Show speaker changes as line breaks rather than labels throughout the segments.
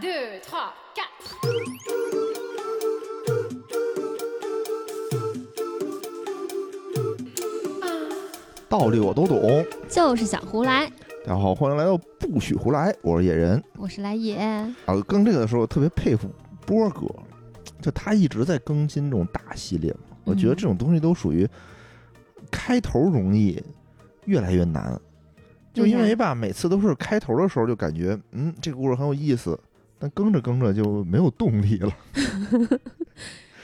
2, 3, 4.
“道理我都懂”。
就是想胡来，
大家好，欢迎来到不许胡来，我是野人
我是来也，
啊。更这个的时候，特别佩服波哥，就他一直在更新这种大系列嘛。我觉得这种东西都属于开头容易，越来越难。就因
为
为
啥
吧，每次都是开头的时候就感觉，嗯，这个故事很有意思，但更着更着就没有动力了。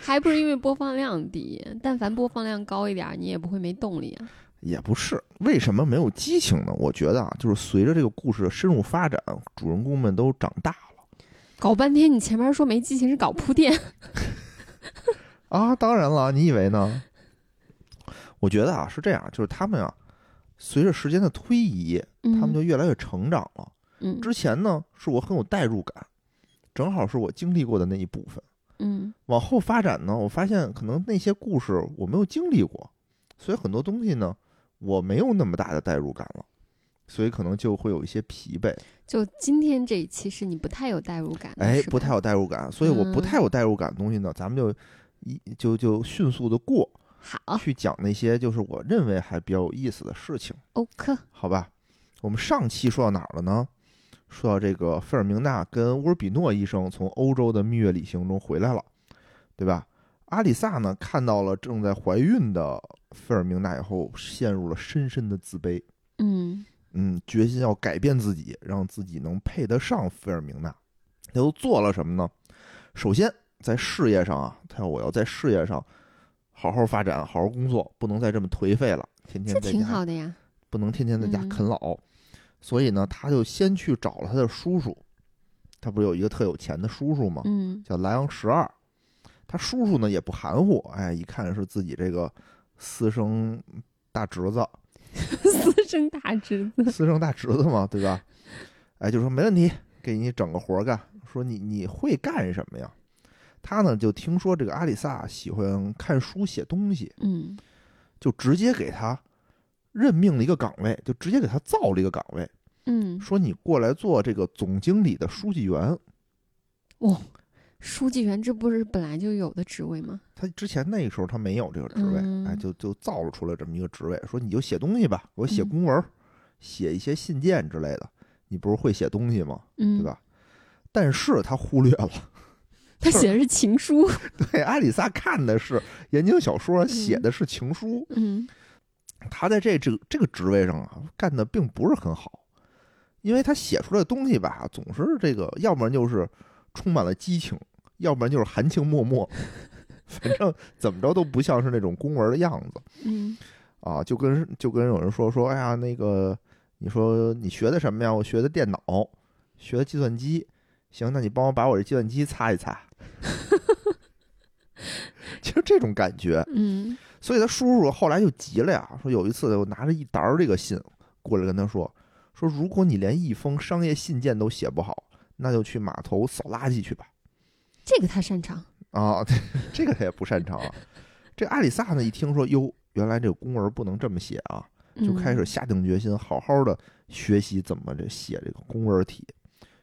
还不是因为播放量低，但凡播放量高一点儿，你也不会没动力啊。
也不是，为什么没有激情呢？我觉得啊，就是随着这个故事的深入发展，主人公们都长大了
搞半天，你前面说没激情是搞铺垫，
啊。当然了，你以为呢？ 我觉得啊，是这样，就是他们啊，随着时间的推移，他
嗯
们就越来越成长了。
嗯
之前呢，是我很有代入感，正好是我经历过的那一部分。
嗯
往后发展呢，我发现可能那些故事我没有经历过，所以很多东西呢，我没有那么大的代入感了，所以可能就会有一些疲惫。
就今天这一期是你不太有代入感的，
哎
是，吧
不太有代入感，所以我不
嗯
太有代入感的东西呢，咱们就一就就迅速的过
好
去讲那些就是我认为还比较有意思的事情，
，OK，
好吧？我们上期说到哪儿了呢？说到这个费尔明娜跟乌尔比诺医生从欧洲的蜜月旅行中回来了，对吧？阿里萨呢看到了正在怀孕的费尔明娜以后，陷入了深深的自卑，
嗯
嗯，决心要改变自己，让自己能配得上费尔明娜。他又做了什么呢？首先在事业上啊，他要我要在事业上好好发展，好好工作，不能再这么颓废了，天天
这
在
挺
家
好的呀，
不能天天在家
嗯
啃老。所以呢，他就先去找了他的叔叔，他不是有一个特有钱的叔叔吗？
嗯
叫莱昂十二。他叔叔呢也不含糊，哎，一看是自己这个私生大侄子，
私生大侄 子，
私生大侄子嘛，对吧？哎，就说没问题，给你整个活儿干。说你你会干什么呀？他呢就听说这个阿里萨喜欢看书写东西，
嗯
就直接给他任命了一个岗位，就直接给他造了一个岗位，
嗯，
说你过来做这个总经理的书记员。
书记员这不是本来就有的职位吗？
他之前那个时候他没有这个职位，
嗯
哎，就就造了出来这么一个职位，说你就写东西吧，给我写
嗯
公文儿，写一些信件之类的。你不是会写东西吗？
嗯，
对吧？但是他忽略了，
他写的是情书，
对阿里萨看的是言情小说，写的是情书。
嗯
他在这这个这个职位上啊，干的并不是很好，因为他写出来的东西吧，总是这个，要不然就是充满了激情，要不然就是含情脉 脉，反正怎么着都不像是那种公文的样子
嗯
啊。就跟就跟有人说说，哎呀，那个你说你学的什么呀？我学的电脑，学的计算机。行，那你帮我把我这计算机擦一擦，就是这种感觉。
嗯
所以他叔叔后来就急了呀，说有一次我拿着一沓儿这个信过来跟他说，说如果你连一封商业信件都写不好，那就去码头扫垃圾去吧。
这个他擅长，
啊， 这个他也不擅长啊。这阿里萨呢一听说哟，原来这个公文不能这么写啊，就
嗯
开始下定决心好好的学习怎么这写这个公文体。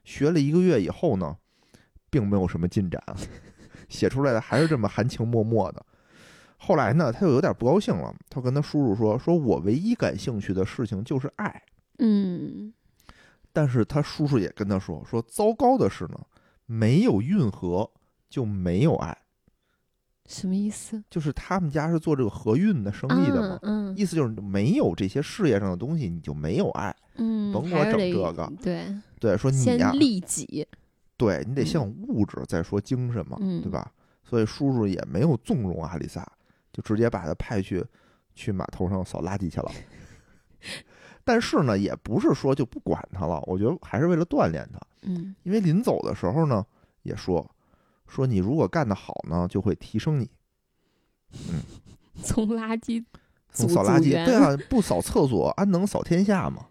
学了一个月以后呢，并没有什么进展， 写出来的还是这么含情脉脉的。后来呢，他又有点不高兴了，他跟他叔叔说：“说我唯一感兴趣的事情就是爱。
嗯，”
但是他叔叔也跟他说：“说糟糕的是呢，没有运河就没有爱，
什么意思？
就是他们家是做这个河运的生意的嘛，
嗯
意思就是没有这些事业上的东西，你就没有爱。
嗯，
甭给
还
我
是
整
得
这个
对，
对，说你呀、
先利己，
对你得
嗯
先有物质，再说精神嘛，
嗯
对吧？所以叔叔也没有纵容阿里萨，就直接把他派去去码头上扫垃圾 去了。但是呢，也不是说就不管他了，我觉得还是为了锻炼他，
嗯
因为临走的时候呢，也说说你如果干得好呢，就会提升你。
从垃圾
从
组
扫垃
组
圾，
员
对 啊，不扫厕所，安能扫天下嘛？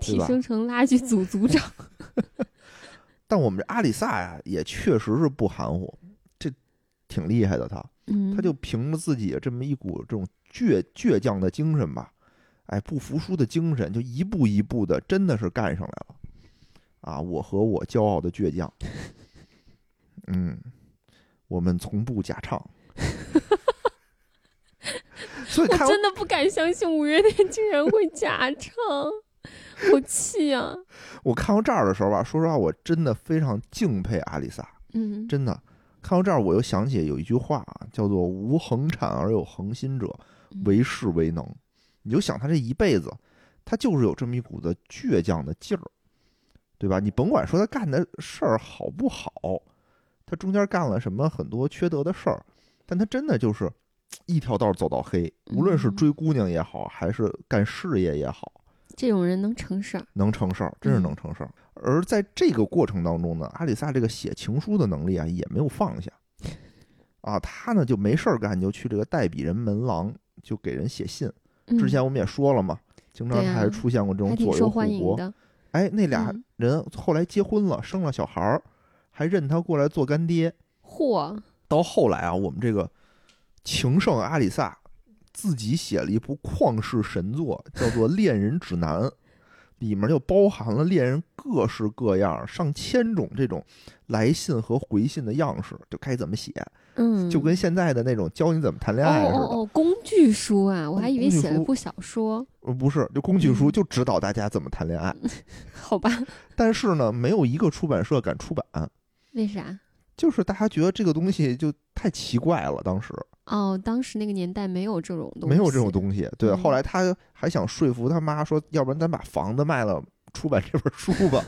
提
吧
升成垃圾组组长，
但我们这阿里萨呀，也确实是不含糊，这挺厉害的他。
嗯，
他就凭着自己这么一股这种倔倔强的精神吧，哎，不服输的精神，就一步一步的，真的是干上来了。啊，我和我骄傲的倔强，嗯，我们从不假唱。 所以
我
看
真的不敢相信五月天竟然会假唱，好气啊！
我看到这儿的时候吧，说实话，我真的非常敬佩阿里萨，
嗯，
真的。看到这儿，我又想起有一句话啊，叫做“无恒产而有恒心者，为士为
嗯
能”。你就想他这一辈子，他就是有这么一股子倔强的劲儿，对吧？你甭管说他干的事儿好不好，他中间干了什么很多缺德的事儿，但他真的就是嘖一条道儿走到黑，无论是
嗯
追姑娘也好，还是干事业也好，
这种人能成事儿，
能成事儿，真
嗯
是能成事儿。而在这个过程当中呢，阿里萨这个写情书的能力啊，也没有放下。啊，他呢就没事儿干，就去这个代笔人门廊，就给人写信。
嗯
之前我们也说了嘛，经常
对
他
啊
还出现过这种
还挺
左
受
右互
欢迎
搏。
的。
哎，那俩
嗯
人后来结婚了，生了小孩儿，还认他过来做干爹。
嚯，
到后来啊，我们这个情圣阿里萨自己写了一部旷世神作，叫做《恋人指南》，里面就包含了恋人各式各样、上千种这种来信和回信的样式，就该怎么写，
嗯，
就跟现在的那种教你怎么谈恋爱似的，
哦哦哦，工具书啊，我还以为
工具
写了
书
部小说，
呃不是，就工具书
嗯
就指导大家怎么谈恋爱。
好吧？
但是呢，没有一个出版社敢出版，
为啥？
就是大家觉得这个东西就太奇怪了，当时。
哦，当时那个年代没有这种东西，
没有这种东西。对，
嗯
后来他还想说服他妈说，要不然咱把房子卖了，出版这本书吧。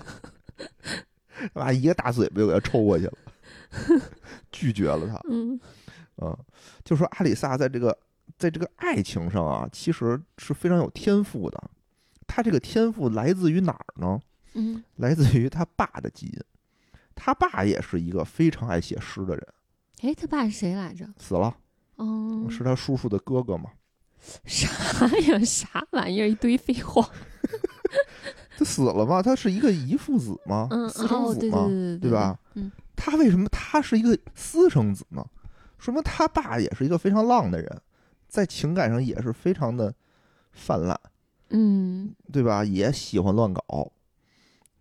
啊，一个大嘴巴就给他抽过去了， 拒绝了他。
嗯
嗯，就说阿里萨在这个在这个爱情上啊，其实是非常有天赋的。他这个天赋来自于哪儿呢？
嗯
来自于他爸的基因。他爸也是一个非常爱写诗的人，
哎，他爸是谁来着？
死了
哦，
是他叔叔的哥哥嘛。
啥呀？啥玩意儿？一堆废话。
啊他死了吗？他是一个遗父子吗？
嗯，
私生
哦，
子
对对
吗？
对
对吧？
嗯，
他为什么他是一个私生子呢？说明他爸也是一个非常浪的人，在情感上也是非常的泛滥，
嗯，
对吧？也喜欢乱搞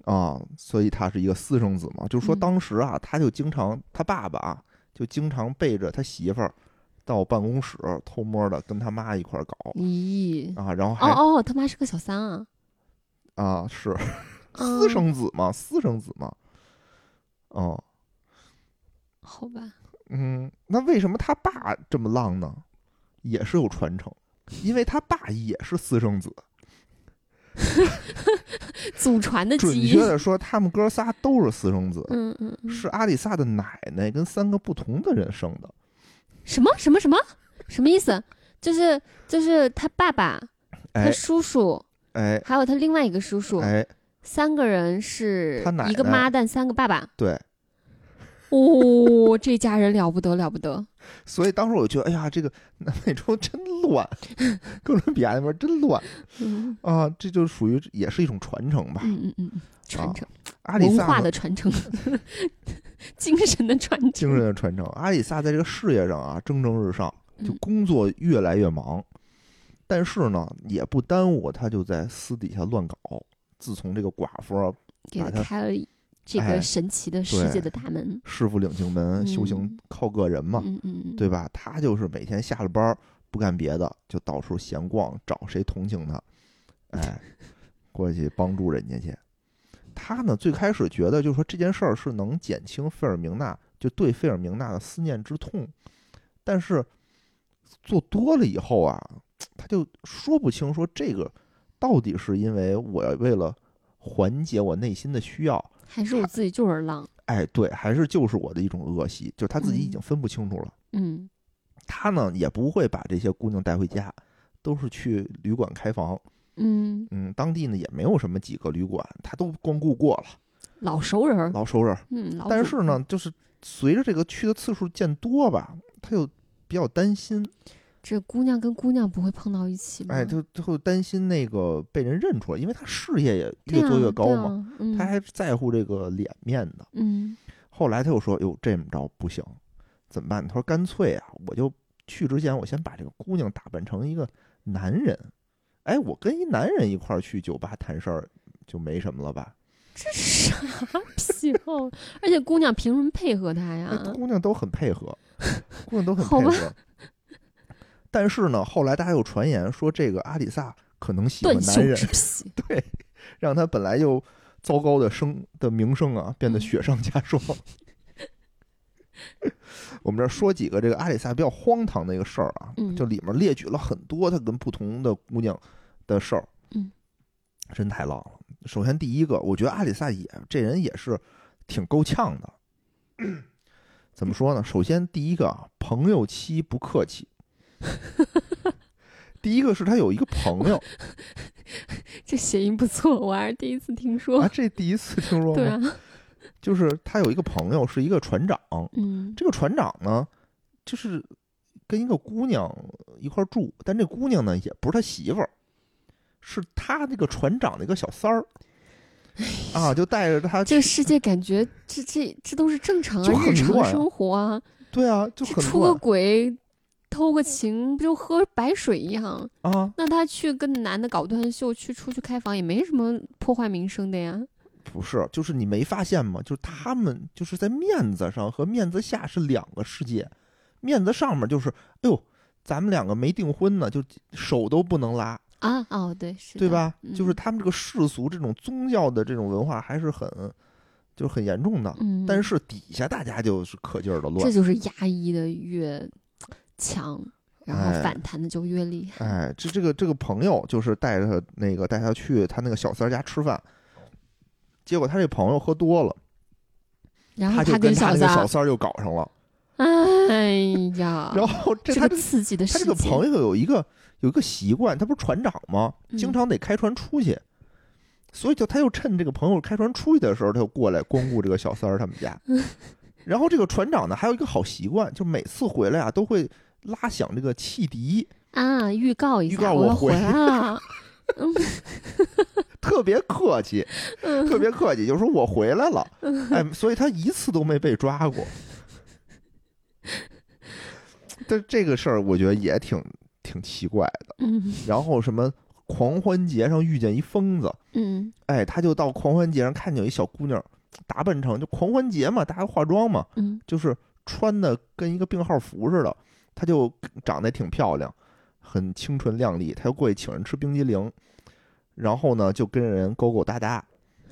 啊，所以他是一个私生子嘛。就是说
嗯
当时啊，他就经常他爸爸啊，就经常背着他媳妇儿到办公室偷摸的跟他妈一块儿搞
咦，
啊，然后还、
哦哦，他妈是个小三啊，
啊是
嗯
私生子嘛，私生子嘛，哦、
好吧？
嗯，那为什么他爸这么浪呢？也是有传承，因为他爸也是私生子。
祖传的
准
基
确
因。
的说，他们哥仨都是私生子，
嗯嗯，嗯
是阿里萨的奶奶跟三个不同的人生的。
什么什么什么什么意思？就是就是他爸爸、他
哎
叔叔，
哎
还有他另外一个叔叔，
哎，
三个人是
他奶
一个
奶
妈蛋，三个爸爸。
对，
哦，这家人了不得了不得，
所以当时我就觉得，哎呀，这个南美洲真 乱，哥伦比亚那边真乱
嗯
啊！这就属于也是一种传承吧。
嗯嗯嗯，传承、
阿里
文
萨
化
呢
的传承， 精神的传承，
精神的传承，阿里萨在这个事业上啊蒸蒸日上，就
嗯
工作越来越忙，但是呢也不耽误他就在私底下乱搞。自从这个寡妇啊
给他
把他
开了这
哎
个神奇的世界的大门。
师傅领进门，
嗯
修行靠个人嘛，
嗯嗯嗯，
对吧？他就是每天下了班儿不干别的，就到处闲逛，找谁同情他，哎，过去帮助人家去。他呢最开始觉得就是说这件事儿是能减轻费尔明娜就对费尔明娜的思念之痛，但是做多了以后啊，他就说不清说这个到底是因为我为了缓解我内心的需要，
还是我自己就是浪。
哎，对，还是就是我的一种恶习，就是他自己已经分不清楚了。
嗯
他呢也不会把这些姑娘带回家，都是去旅馆开房。
嗯，
嗯，当地呢也没有什么几个旅馆，他都光顾过了，
老熟人儿，
老熟人。
嗯，老
但
祖
是呢，，就是随着这个去的次数见多吧，他就比较担心，
这姑娘跟姑娘不会碰到一起吗？
哎，
对
就就会担心那个被人认出来，因为他事业也越
啊
做越高
对
嘛，
啊嗯
他还在乎这个脸面的。
嗯
后来他又说：“哟，这么着不行，怎么办？”他说：“干脆啊，我就去之前，我先把这个姑娘打扮成一个男人。哎，我跟一男人一块儿去酒吧谈事儿，就没什么了吧？
这啥 癖好？而且姑娘凭什么配合他呀
哎？姑娘都很配 合，姑娘都很
啊好
配合。但是呢，后来大家又传言说，这个阿里萨可能喜欢
断
男
袖
人，
之癖，
对，让他本来就糟糕的声的名声啊，变得
嗯
雪上加霜。 我们这儿说几个这个阿里萨比较荒唐的一个事儿啊，
嗯
就里面列举了很多他跟不同的姑娘的事儿，
嗯，
真太浪了。首先第一个，我觉得阿里萨也这人也是挺够呛的。怎么说呢？首先第一个啊，朋友妻不客 气。第一个是他有一个朋友，
这谐音不错，我还是第一次听说。
啊，这第一次听说吗？
对啊，
就是他有一个朋友是一个船长，
嗯，
这个船长呢，就是跟一个姑娘一块儿住，但这姑娘呢也不是他媳妇儿，是他那个船长的一个小三儿，啊，就带着他
哎这个
去
世界感觉这这这都是正常
就
啊，
很
日常
乱啊
生活啊，
对啊，就
这
很
出个
乱
轨。偷个情不就喝白水一样？
啊，
那他去跟男的搞断袖，去出去开房也没什么破坏名声的呀。
不是，就是你没发现吗？就是他们就是在面子上和面子下是两个世界，面子上面就是哎呦，咱们两个没订婚呢，就手都不能拉，
啊，哦，对，是
对
的？
吧？就是
嗯
他们这个世俗、这种宗教的这种文化还是很，就是很严重的。
嗯，
但是底下大家就是可劲儿的
这
乱，
就是压抑的越强，然后
哎
反弹的就越厉害。
哎，这这个这个朋友就是带着他那个带他去他那个小三儿家吃饭，结果他这朋友喝多了，
然后
就跟
跟
他
小
那
三
个小
儿，
三儿又搞上了。
哎呀，
然后这
这
他
个
这个
刺激的
他
世
这
界
个，朋友有一个有一个习惯，他不是船长吗？经
嗯
常得开船出去。所以就他又趁这个朋友开船出去的时候，他就过来光顾这个小三儿他们家。 然后这个船长呢，还有一个好习惯，就每次回来啊，都会拉响这个汽笛，
啊，预告一下，
预告
我
我
要
回
回来了，
特别客气，特别客气，就说我回来了。哎，所以他一次都没被抓过。但这个事儿，我觉得也挺挺奇怪的。
嗯
然后什么狂欢节上遇见一疯子，
嗯
哎，他就到狂欢节上看见有一小姑娘，打扮成就狂欢节嘛，大家化妆嘛，
嗯，
就是穿的跟一个病号服似的，她就长得挺漂亮，很清纯靓丽，她就过去请人吃冰激凌，然后呢就跟人勾勾搭搭，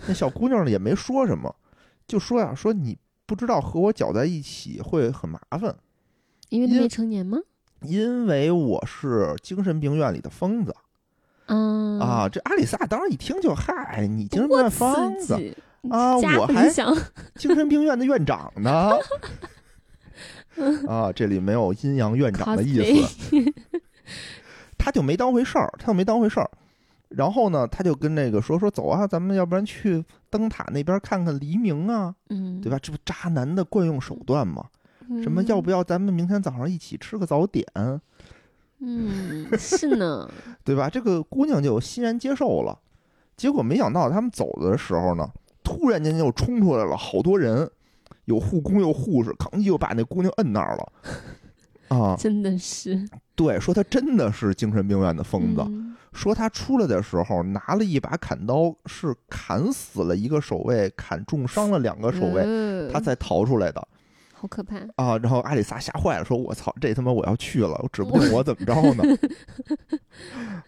那小姑娘呢也没说什么，就说呀、说你不知道和我搅在一起会很麻烦，
因为他
因为
未成年吗？
因为我是精神病院里的疯子
啊
啊。这阿里萨当时一听就嗨，你精
多
神病院疯
刺
子。
激
啊
加
我
分
还
项
精神病院的院长呢？
嗯
啊，这里没有阴阳院长的意思，他就没当回事儿，他就没当回事儿。然后呢，他就跟那个说说走啊，咱们要不然去灯塔那边看看黎明啊，
嗯，
对吧？这不渣男的惯用手段吗？
嗯？
什么要不要咱们明天早上一起吃个早点，
嗯，是 呢，
对吧？这个姑娘就欣然接受了。结果没想到他们走的时候呢，突然间就冲出来了好多人，有护工有护士，吭叽就把那姑娘摁那儿了。啊，
真的是
对，说她真的是精神病院的疯子，
嗯
说她出来的时候拿了一把砍刀，是砍死了一个守卫，砍重伤了两个守卫，
呃
她才逃出来的。
好可怕。
啊，然后阿里萨吓坏了，说：“我操，这他妈我要去了，指不定我怎么着呢。”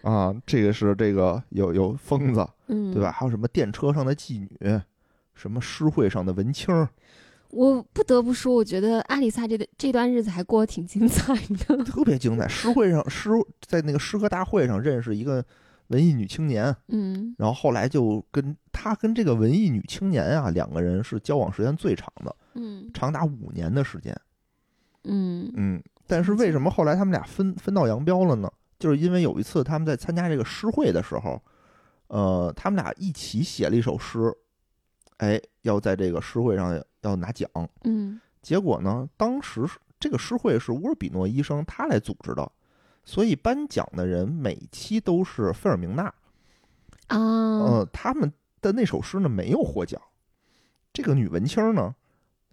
啊，这个是这个有有疯子
嗯，
对吧？？还有什么电车上的妓女，什么诗会上的文青儿，
我不得不说，我觉得阿里萨这段这段日子还过得挺精彩的。
特别精彩。诗会上诗在那个诗歌大会上认识一个文艺女青年，
嗯
然后后来就跟她跟这个文艺女青年啊两个人是交往时间最长的，
嗯
长达五年的时间。
嗯
嗯，但是为什么后来他们俩分分道扬镳了呢？就是因为有一次他们在参加这个诗会的时候，呃，他们俩一起写了一首诗，哎，要在这个诗会上要拿奖。
嗯
结果呢，当时是这个诗会是乌尔比诺医生他来组织的，所以颁奖的人每期都是费尔明娜。
啊，
呃，他们的那首诗呢没有获奖，这个女文青呢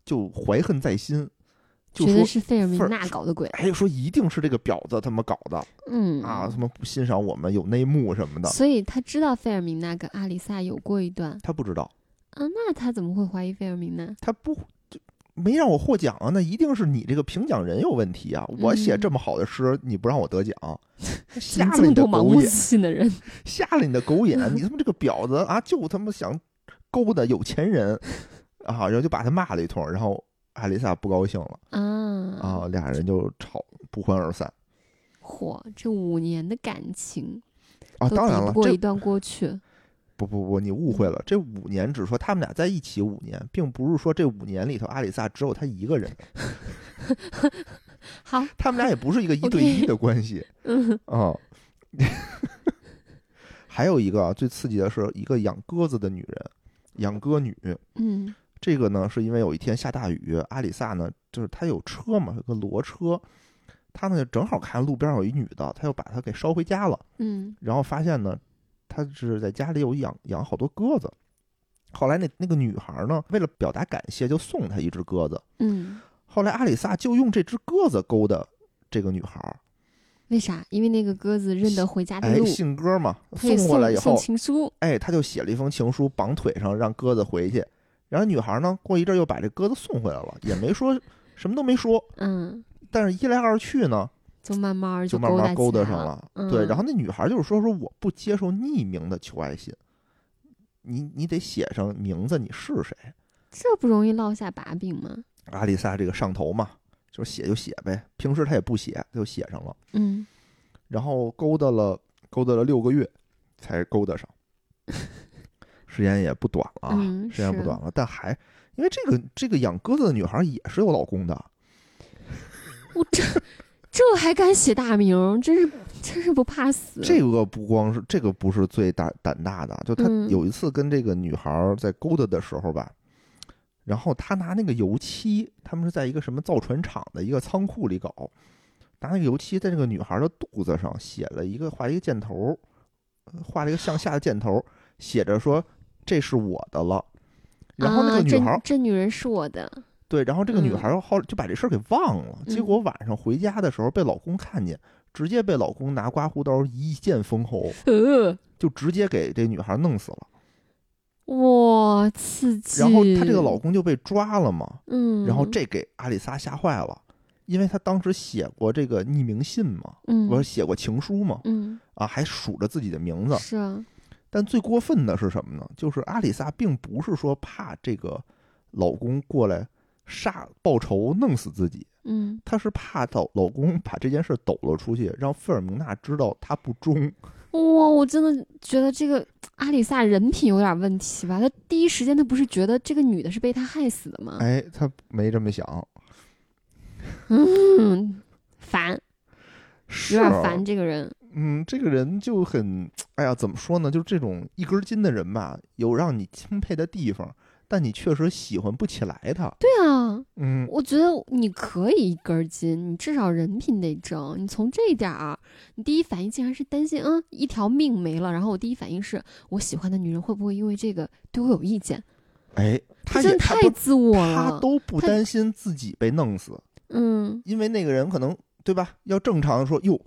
就怀恨在心，就
觉
说
得是费尔明
份儿
娜搞的鬼。
哎，说一定是这个婊子他妈搞的
嗯
啊，他妈不欣赏我们有内幕什么的，
所以他知道费尔明娜跟阿里萨有过一段
他不知道，
啊，那他怎么会怀疑费尔明呢？
他不就没让我获奖啊？那一定是你这个评奖人有问题啊！我写
嗯
这么好的诗，你不让我得奖，
怎
瞎了
么这么
你的
多盲
狗
目
眼
自，信 的人？
瞎了你的狗眼！你他妈这个婊子啊，就他妈想勾搭有钱人啊，然后就把他骂了一通，然后艾丽萨不高兴了
啊
啊，俩人就吵不欢而散
嚯，这五年的感情
啊。
都
当然
抵
了
不，过
这
一段过去。
不不不，你误会了。这五年只说他们俩在一起五年，并不是说这五年里头阿里萨只有他一个人，
好，
他们俩也不是一个一对一的关系
嗯，
啊。还有一个啊，最刺激的是一个养鸽子的女人，养鸽女。
嗯，
这个呢，是因为有一天下大雨，阿里萨呢，就是他有车嘛，有个骡车，他呢正好看路边有一女的，他又把她给捎回家了。
嗯，
然后发现呢，他是在家里有养养好多鸽子。后来那那个女孩呢，为了表达感谢，就送他一只鸽子。
嗯，
后来阿里萨就用这只鸽子勾搭这个女孩儿，
为啥？因为那个鸽子认得回家的
哎，
路，
信鸽嘛，
可以
送过来以
送送
后，
情书。
哎，他就写了一封情书，绑腿上让鸽子回去。然后女孩呢，过一阵儿又把这鸽子送回来了，也没说什么都没说，
嗯，
但是一来二去呢，
就慢慢儿
就慢
勾搭
慢勾搭
起
上
来了。
了。对，
嗯
然后那女孩就是说说我不接受匿名的求爱信，你你得写上名字，你是谁？
这不容易落下把柄吗？
阿丽萨这个上头嘛，就写就写呗，平时她也不写，她就写上了，
嗯，
然后勾搭了勾搭了六个月，才勾搭上。 时间也不短了啊，
嗯
时间不
是
短了，但还因为这个这个养鸽子的女孩也是有老公的，
我这这还敢写大名儿，真是真是不怕死。啊
这个不光是这个不是最大胆大的，啊就他
嗯
有一次跟这个女孩儿在勾搭的时候吧，然后他拿那个油漆，他们是在一个什么造船厂的一个仓库里搞，拿那个油漆在这个女孩儿的肚子上写了一个画了一个箭头，呃画了一个向下的箭头，写着说这是我的了。然后那个
啊、
女
这
孩儿、
这女人是我的，
对，然后这个女
嗯
孩儿后来就把这事儿给忘了，结
嗯
果晚上回家的时候被老公看见，直接被老公拿刮胡刀一剑封喉。
呃，
就直接给这女孩弄死了。
哇，刺激。
然后她这个老，公就被抓了嘛，
嗯，
然后，这给阿里萨吓坏了，因为她当时写过这个匿名信嘛，
嗯，
我说写过情书嘛，
嗯，
啊，还数着自己的名字。
是啊，
但最过分的是什么呢？就是阿里萨并不是说怕这个老公过来杀报仇弄死自己。
嗯，
她是怕老老公 把这件事抖了出去，让费尔明娜知道她不忠。
哇，我真的觉得这个阿里萨人品有点问题吧？他第一时间他不是觉得这个女的是被他害死的吗？
哎，她没这么想，
嗯，烦，
是
有点
啊
烦这个人。
嗯，这个人就很，哎呀，怎么说呢？就是这种一根筋的人吧，有让你钦佩的地方，但你确实喜欢不起来他。
对啊，
嗯，
我觉得你可以一根儿筋，你至少人品得正。你从这一点儿，你第一反应竟然是担心，嗯，一条命没了。然后我第一反应是我喜欢的女人会不会因为这个对我有意见？
哎，他
真
也
的
他
太
不
自我
他
了。
都不
他
担心自己被弄死，
嗯，
因为那个人可能对吧？要正常说，哟，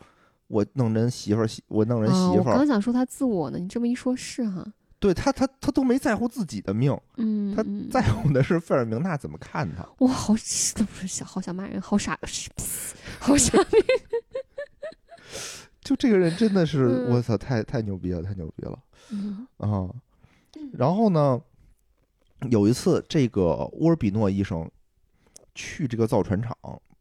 我弄人媳妇儿，媳我弄人
啊，
媳
我
妇
刚
儿，
想说他自我呢，你这么一说，是哈。
对他他他都没在乎自己的命，
嗯，
他
嗯
在乎的是费尔明娜怎么看他。
哇，好怎么想，好想骂人，好傻，好 傻逼。
就这个人真的是，
嗯
我操，太太牛逼了，太牛逼了。
嗯
啊。然后呢，有一次这个沃尔比诺医生去这个造船厂，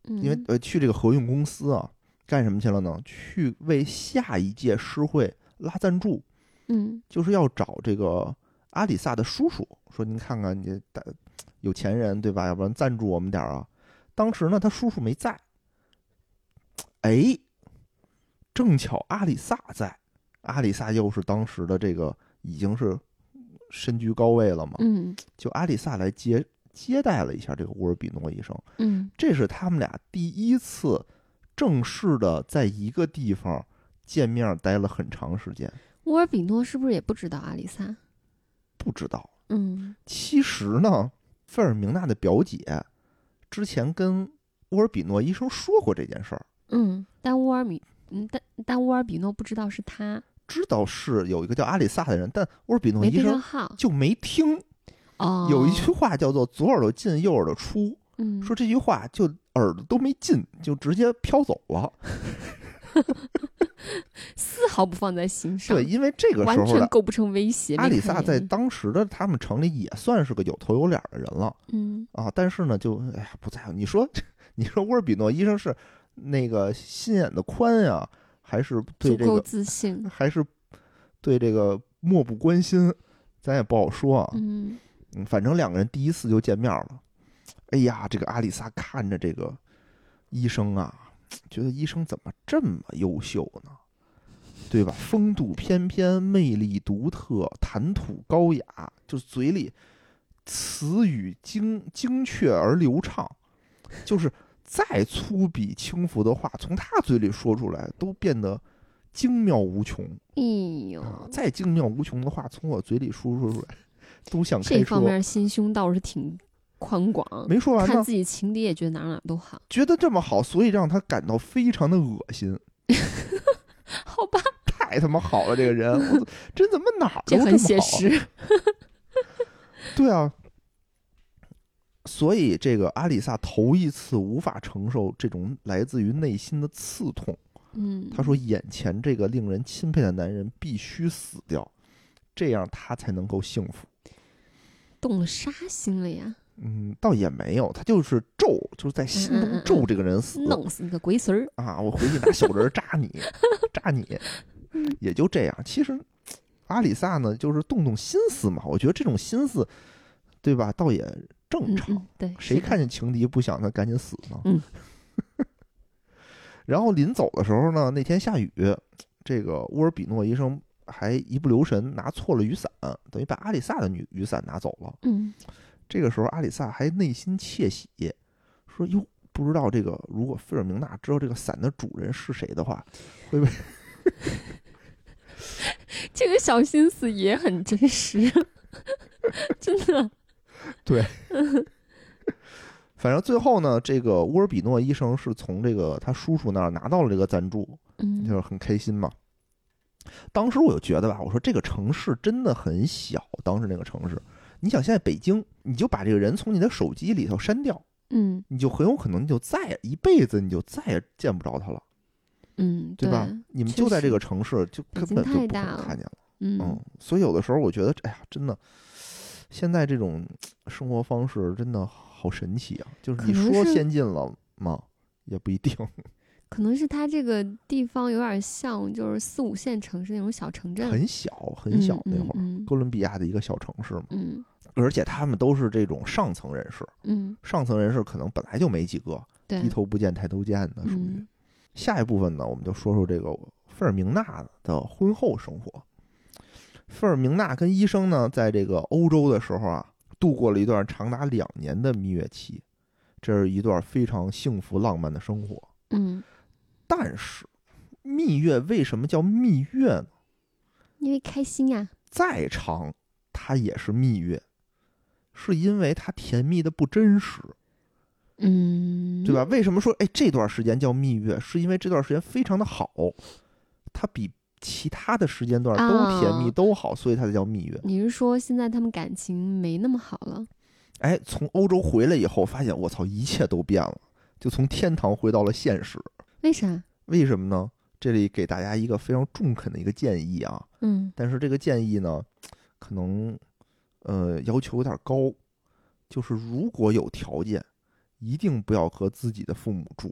因为
嗯
呃去这个合运公司啊，干什么去了呢？去为下一届诗会拉赞助，
嗯
就是要找这个阿里萨的叔叔，说您看看你大有钱人对吧？要不然赞助我们点儿啊。当时呢，他叔叔没在，哎，正巧阿里萨在，阿里萨又是当时的这个已经是身居高位了嘛，
嗯
就阿里萨来接接待了一下这个乌尔比诺医生，
嗯，
这是他们俩第一次正式的在一个地方见面待了很长时间，
沃尔比诺是不是也不知道阿里萨？
不知道。
嗯
其实呢，费尔明娜的表姐之前跟沃尔比诺医生说过这件事儿，
嗯，但沃尔米，嗯，但但沃尔比诺不知道是他，
知道是有一个叫阿里萨的人，但沃尔比诺
没
医
对上
生
号。
就没听。
哦，
有一句话叫做“左耳朵进，右耳朵出”，
嗯
说这句话就耳朵都没进，就直接飘走了。
丝毫不放在心上，
对，因为这个
完
时候
全
的
构不成威胁。
阿
没
里
看
萨
见
在
你
当时的他们城里也算是个有头有脸的人了
嗯
啊，但是呢，就哎呀不在乎。你说，你说沃尔比诺医生是那个心眼子宽呀，还是对
足
这
够
个
自信，
还是对这个漠不关心，咱也不好说啊。
嗯
嗯，反正两个人第一次就见面了。哎呀，这个阿里萨看着这个医生啊，觉得医生怎么这么优秀呢？对吧？风度翩翩，魅力独特，谈吐高雅，就是嘴里词语精精确而流畅，就是再粗鄙轻浮的话，从他嘴里说出来都变得精妙无穷。
哎呦，
啊，再精妙无穷的话，从我嘴里说出出来，都想开
这方
说。
面心胸倒是挺宽广，
没说完
看
呢，
自己情敌也觉得哪儿哪儿 都好，
觉得这么好，所以让他感到非常的恶心。
好吧，
太他妈好了，这个人，我真怎么哪儿都
这
这么
很写
好？啊
实。
对啊，所以这个阿里萨头一次无法承受这种来自于内心的刺痛。
嗯，
他说：“眼前这个令人钦佩的男人必须死掉，这样他才能够幸福。”
动了杀心了呀，
嗯，倒也没有，他就是咒，就是在心
嗯嗯
中
嗯
咒这个人死。
弄死你个龟孙儿！
啊，我回去拿小人儿扎 你，扎你，
嗯
也就这样。其实阿里萨呢，就是动动心思嘛，我觉得这种心思，对吧？倒也正
嗯
常。
嗯，对，
谁
是的
看见情敌不想他赶紧死呢？
嗯。
然后临走的时候呢，那天下雨，这个乌尔比诺医生还一不留神拿错了雨伞，等于把阿里萨的雨雨伞拿走了。
嗯
这个时候，阿里萨还内心窃喜，说：“哟，不知道这个，如果费尔明娜知道这个伞的主人是谁的话，会被
这个小心思也很真实， 真的。
反正最后呢，这个乌尔比诺医生是从这个他叔叔那儿拿到了这个赞助，就
嗯
是很开心嘛。当时我就觉得吧，我说这个城市真的很小，当时那个城市，你想现在北京，你就把这个人从你的手机里头删掉，
嗯
你就很有可能你就再也一辈子你就再也见不着他了，
嗯，
对吧？你们
确
就在这
实
个城市，就
北
根本
京
就
太
不可
大
能
了
看见了。嗯
嗯，，
所以有的时候我觉得，哎呀，真的，现在这种生活方式真的好神奇啊！就是你
可能
说
是
先进了吗？也不一 定。
可能是它这个地方有点像就是四五线城市那种小城镇，
很小很小那会儿，
嗯
哥伦比亚的一个小城市嘛，
嗯
而且他们都是这种上层人士，
嗯，
上层人士可能本来就没几个，
对
低，头不见抬头见的，属于。
嗯
下一部分呢，我们就说说这个费尔明娜的婚后生活。费尔明娜跟医生呢，在这个欧洲的时候啊，度过了一段长达两年的蜜月期，这是一段非常幸福浪漫的生活。
嗯，
但是，蜜月为什么叫蜜月呢？
因为开心啊呀，
嗯再长，它也是蜜月，是因为它甜蜜的不真实，
嗯，
对吧？？为什么说哎这段时间叫蜜月，是因为这段时间非常的好，它比其他的时间段都甜蜜、
啊
都好，所以它才叫蜜月。
你是说现在他们感情没那么好了？
哎，从欧洲回来以后，发现我操，一切都变了，就从天堂回到了现实。
为啥？
为什么呢？这里给大家一个非常中肯的一个建议啊，
嗯
但是这个建议呢，可能呃要求有点高，就是如果有条件，一定不要和自己的父母 住，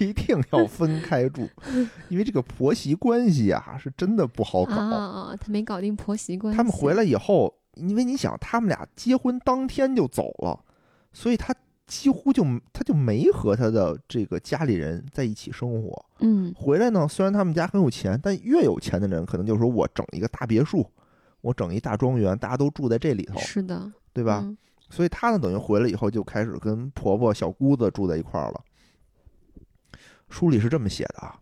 一定要分开住，因为这个婆媳关系啊是真的不好搞。
啊，他没搞定婆媳关系，
他们回来以后，因为你想，他们俩结婚当天就走了，所以他几乎就他就没和他的这个家里人在一起生活。
嗯
回来呢，虽然他们家很有钱，但越有钱的人可能就说我整一个大别墅，我整一大庄园，大家都住在这里头，
是的，
对
对
吧？？所以她呢，等于回来以后就开始跟婆婆、小姑子住在一块儿了。书里是这么写的啊，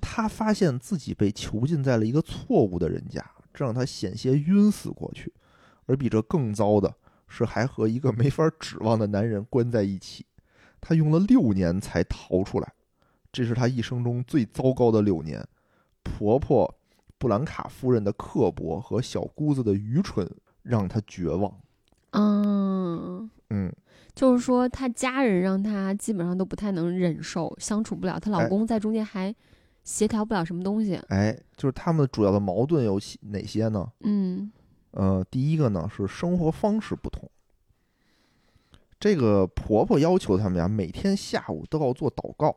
她发现自己被囚禁在了一个错误的人家，这让她险些晕死过去。而比这更糟的是，还和一个没法指望的男人关在一起。她用了六年才逃出来，这是她一生中最糟糕的六年。婆婆布兰卡夫人的刻薄和小姑子的愚蠢让他绝望。
嗯，
嗯，
就是说她家人让她基本上都不太能忍受，相处不了。她老
哎
公在中间还协调不了什么东西。
哎，就是他们主要的矛盾有其哪些呢？
嗯
呃，第一个呢是生活方式不同。这个婆婆要求他们呀，每天下午都要做祷告。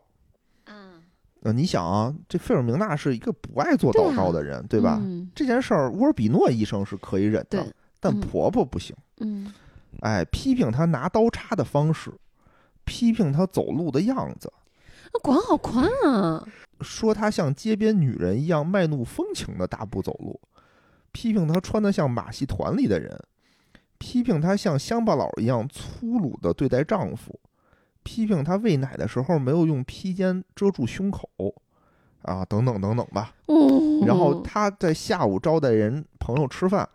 啊，
呃，你想啊，这费尔明娜是一个不爱做
对
祷
啊
告的人，对吧？
嗯
这件事儿，沃尔比诺医生是可以忍的
对，
但
嗯
婆婆不行。
嗯
哎，批评她拿刀叉的方式，批评她走路的样子，
那管好宽啊！
说她像街边女人一样卖弄风情的大步走路，批评她穿得像马戏团里的人，批评她像乡巴佬一样粗鲁地对待丈夫，批评她喂奶的时候没有用披肩遮住胸口，啊，等等等等吧。
嗯，
然后她在下午招待人朋友吃饭，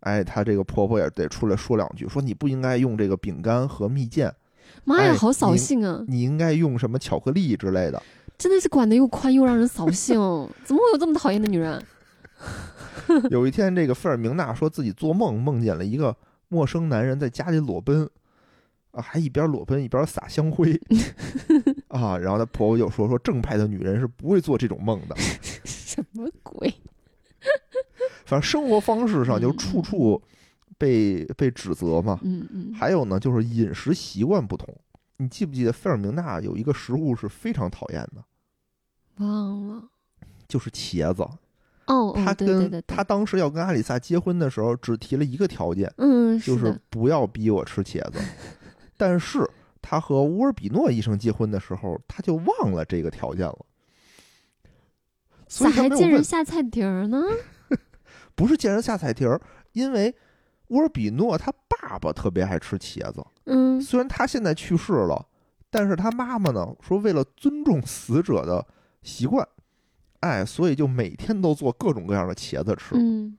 哎，她这个婆婆也得出来说两句，说你不应该用这个饼干和蜜饯，
妈呀，
哎
好扫
你
兴啊！
你应该用什么巧克力之类的。
真的是管得又宽又让人扫兴， 怎么会有这么讨厌的女人？啊
有一天，这个费尔明娜说自己做梦梦见了一个陌生男人在家里裸奔，啊，还一边裸奔一边撒香 灰，啊，然后她婆婆就说说正派的女人是不会做这种梦的。
什么鬼？
反正生活方式上就
嗯
处处被被指责嘛。
嗯嗯，
还有呢，就是饮食习惯不同。你记不记得费尔明娜有一个食物是非常讨厌的，
忘了。
就是茄子。
哦，
她
哦，对对对
跟她
对，
当时要跟阿里萨结婚的时候，只提了一个条件，
嗯，
就是是
的，
不要逼我吃茄子。但是她和乌尔比诺医生结婚的时候，她就忘了这个条件了。所
咋
以她
还
没有
见人
问，
下菜碟儿呢？
不是见人下菜碟儿，因为乌尔比诺他爸爸特别爱吃茄子，
嗯
虽然他现在去世了，但是他妈妈呢说，为了尊重死者的习惯，哎，所以就每天都做各种各样的茄子吃。
嗯，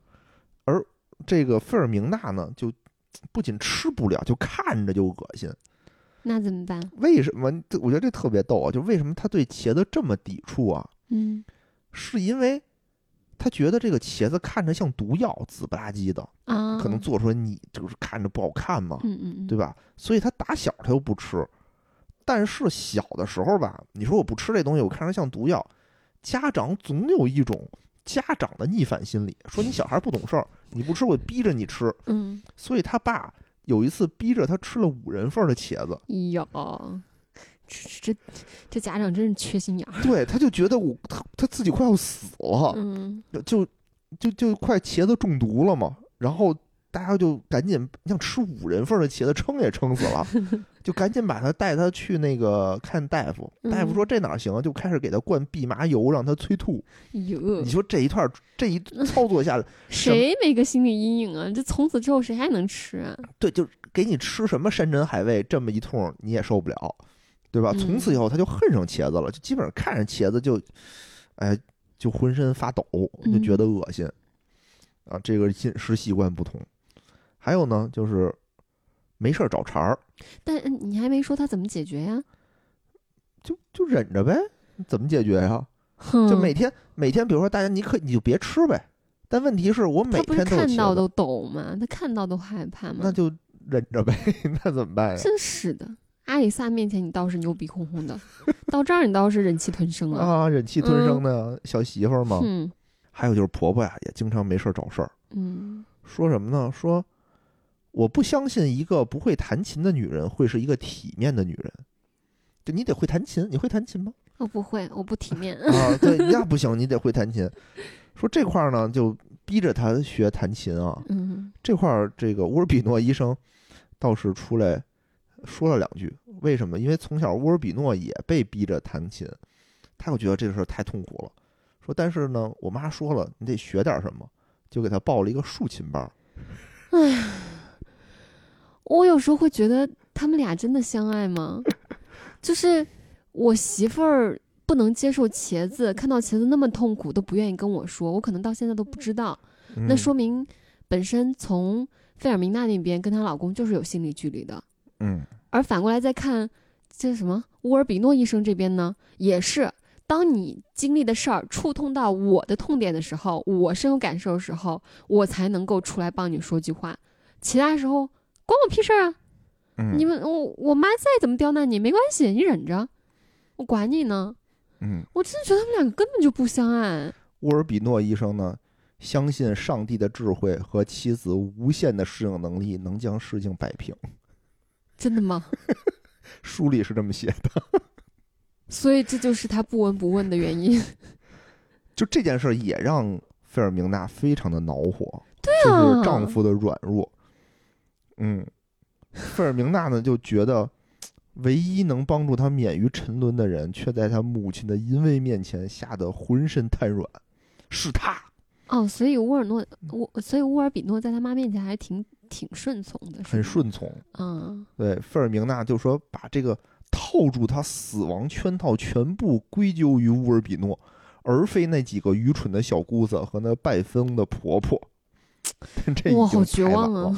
这个费尔明娜呢，就不仅吃不了，就看着就恶心。
那怎么办？
为什么？这我觉得这特别逗啊！就为什么他对茄子这么抵触啊？
嗯
是因为他觉得这个茄子看着像毒药，紫不拉几的，
啊，
可能做出来你就是看着不好看嘛。
嗯嗯嗯，
对吧？所以他打小他又不吃，但是小的时候吧，你说我不吃这东西，我看着像毒药，家长总有一种家长的逆反心理，说你小孩不懂事儿，你不吃我逼着你吃，
嗯，
所以他爸。有一次逼着他吃了五人份儿的茄子，
有，这这这这家长真是缺心眼 儿。
对，他就觉得我他他自己快要死了，
嗯
就就就快茄子中毒了嘛。然后大家就赶紧像吃五人份儿的茄子，撑也撑死 了，就赶紧把他带他去那个看大夫，
嗯
大夫说这哪行啊，就开始给他灌蓖麻油让他催吐。
哟
你，说这一套这一操作下来，
谁没个心理阴影啊？这从此之后谁还能吃啊？
对，就给你吃什么山珍海味，这么一通你也受不了，对吧？
嗯
从此以后他就恨上茄子了，就基本上看着茄子就，哎，就浑身发抖，就觉
嗯
得恶心。啊，这个饮食习惯不同。还有呢，就是没事儿找茬儿，
但嗯你还没说他怎么解决呀？
就就忍着呗，怎么解决呀、
哼，
就每天每天，比如说大家你可你就别吃呗，但问题是我每
他不是
天都有
看到
茄子，
都抖吗？他看到都害怕吗？
那就忍着呗， 那怎么办呀？
真是的，阿里萨面前你倒是牛逼哄哄的，到这儿你倒是忍气吞声了。
啊，忍气吞声的小媳妇儿嘛。
嗯
还有就是婆婆呀，也经常没事儿找事儿，
嗯，
说什么呢？说我不相信一个不会弹琴的女人会是一个体面的女人。就你得会弹琴，你会弹琴吗？
我哦不会，我不体面。
啊，对，那不行，你得会弹琴。说这块儿呢，就逼着她学弹琴啊。
嗯
这块儿，这个乌尔比诺医生倒是出来说了两句。为什么？因为从小乌尔比诺也被逼着弹琴，他又觉得这个事儿太痛苦了。说，但是呢，我妈说了，你得学点什么，就给他报了一个竖琴班儿。
我有时候会觉得他们俩真的相爱吗？ 就是我媳妇儿不能接受茄子，看到茄子那么痛苦都不愿意跟我说，我可能到现在都不知道。那
嗯
说明本身从费尔明娜那边跟她老公就是有心理距离的。
嗯，
而反过来再看这什么乌尔比诺医生这边呢，也是当你经历的事儿触痛到我的痛点的时候，我深有感受的时候，我才能够出来帮你说句话。其他时候关我屁事儿啊！
嗯，
你们我我妈再怎么刁难你没关系，你忍着，我管你呢。
嗯，
我真的觉得他们两个根本就不相爱。
沃尔比诺医生呢，相信上帝的智慧和妻子无限的适应能力能将事情摆平。
真的吗？
书里是这么写的。
所以这就是他不闻不问的原因。
就这件事儿也让菲尔明娜非常的恼火，
对啊
就是丈夫的软弱。嗯，菲尔明娜呢就觉得，唯一能帮助她免于沉沦的人，却在她母亲的淫威面前吓得浑身瘫软，是他。
哦，所以乌尔诺，
嗯
我所以乌尔比诺在他妈面前还挺挺顺从的，是
很
吗。
顺从。
嗯，
对，费尔明娜就说把这个套住他死亡圈套全部归咎于乌尔比诺，而非那几个愚蠢的小姑子和那拜风的婆婆。 这已
哇，好
经
绝
太晚
望
了
啊！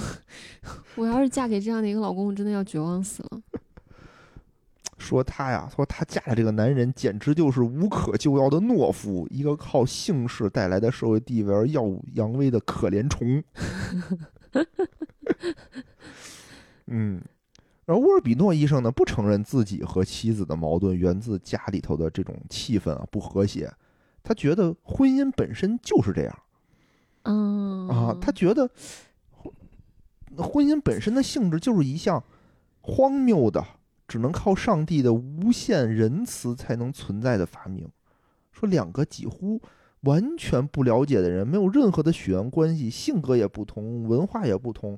我要是嫁给这样的一个老公，我真的要绝望死了。
说她呀，说她嫁的这个男人简直就是无可救药的懦夫，一个靠姓氏带来的社会地位而耀武扬威的可怜虫。 嗯，而沃尔比诺医生呢，不承认自己和妻子的矛盾源自家里头的这种气氛啊不和谐，他觉得婚姻本身就是这样
嗯
啊，他觉得婚姻本身的性质就是一项荒谬的、只能靠上帝的无限仁慈才能存在的发明。说两个几乎完全不了解的人，没有任何的血缘关系，性格也不同，文化也不同，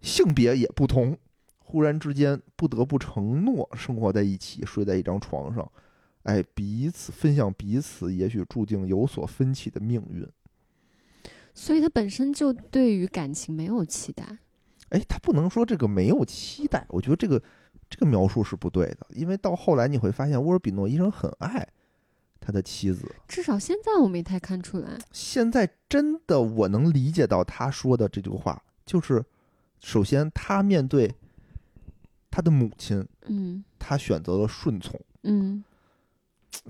性别也不同，忽然之间不得不承诺生活在一起，睡在一张床上，哎，彼此分享彼此，也许注定有所分歧的命运。
所以他本身就对于感情没有期待。
哎，他不能说这个没有期待，我觉得这个这个描述是不对的，因为到后来你会发现，沃尔比诺医生很爱他的妻子。
至少现在我没太看出来。
现在真的我能理解到他说的这句话，就是首先他面对他的母亲，
嗯
他选择了顺从。
嗯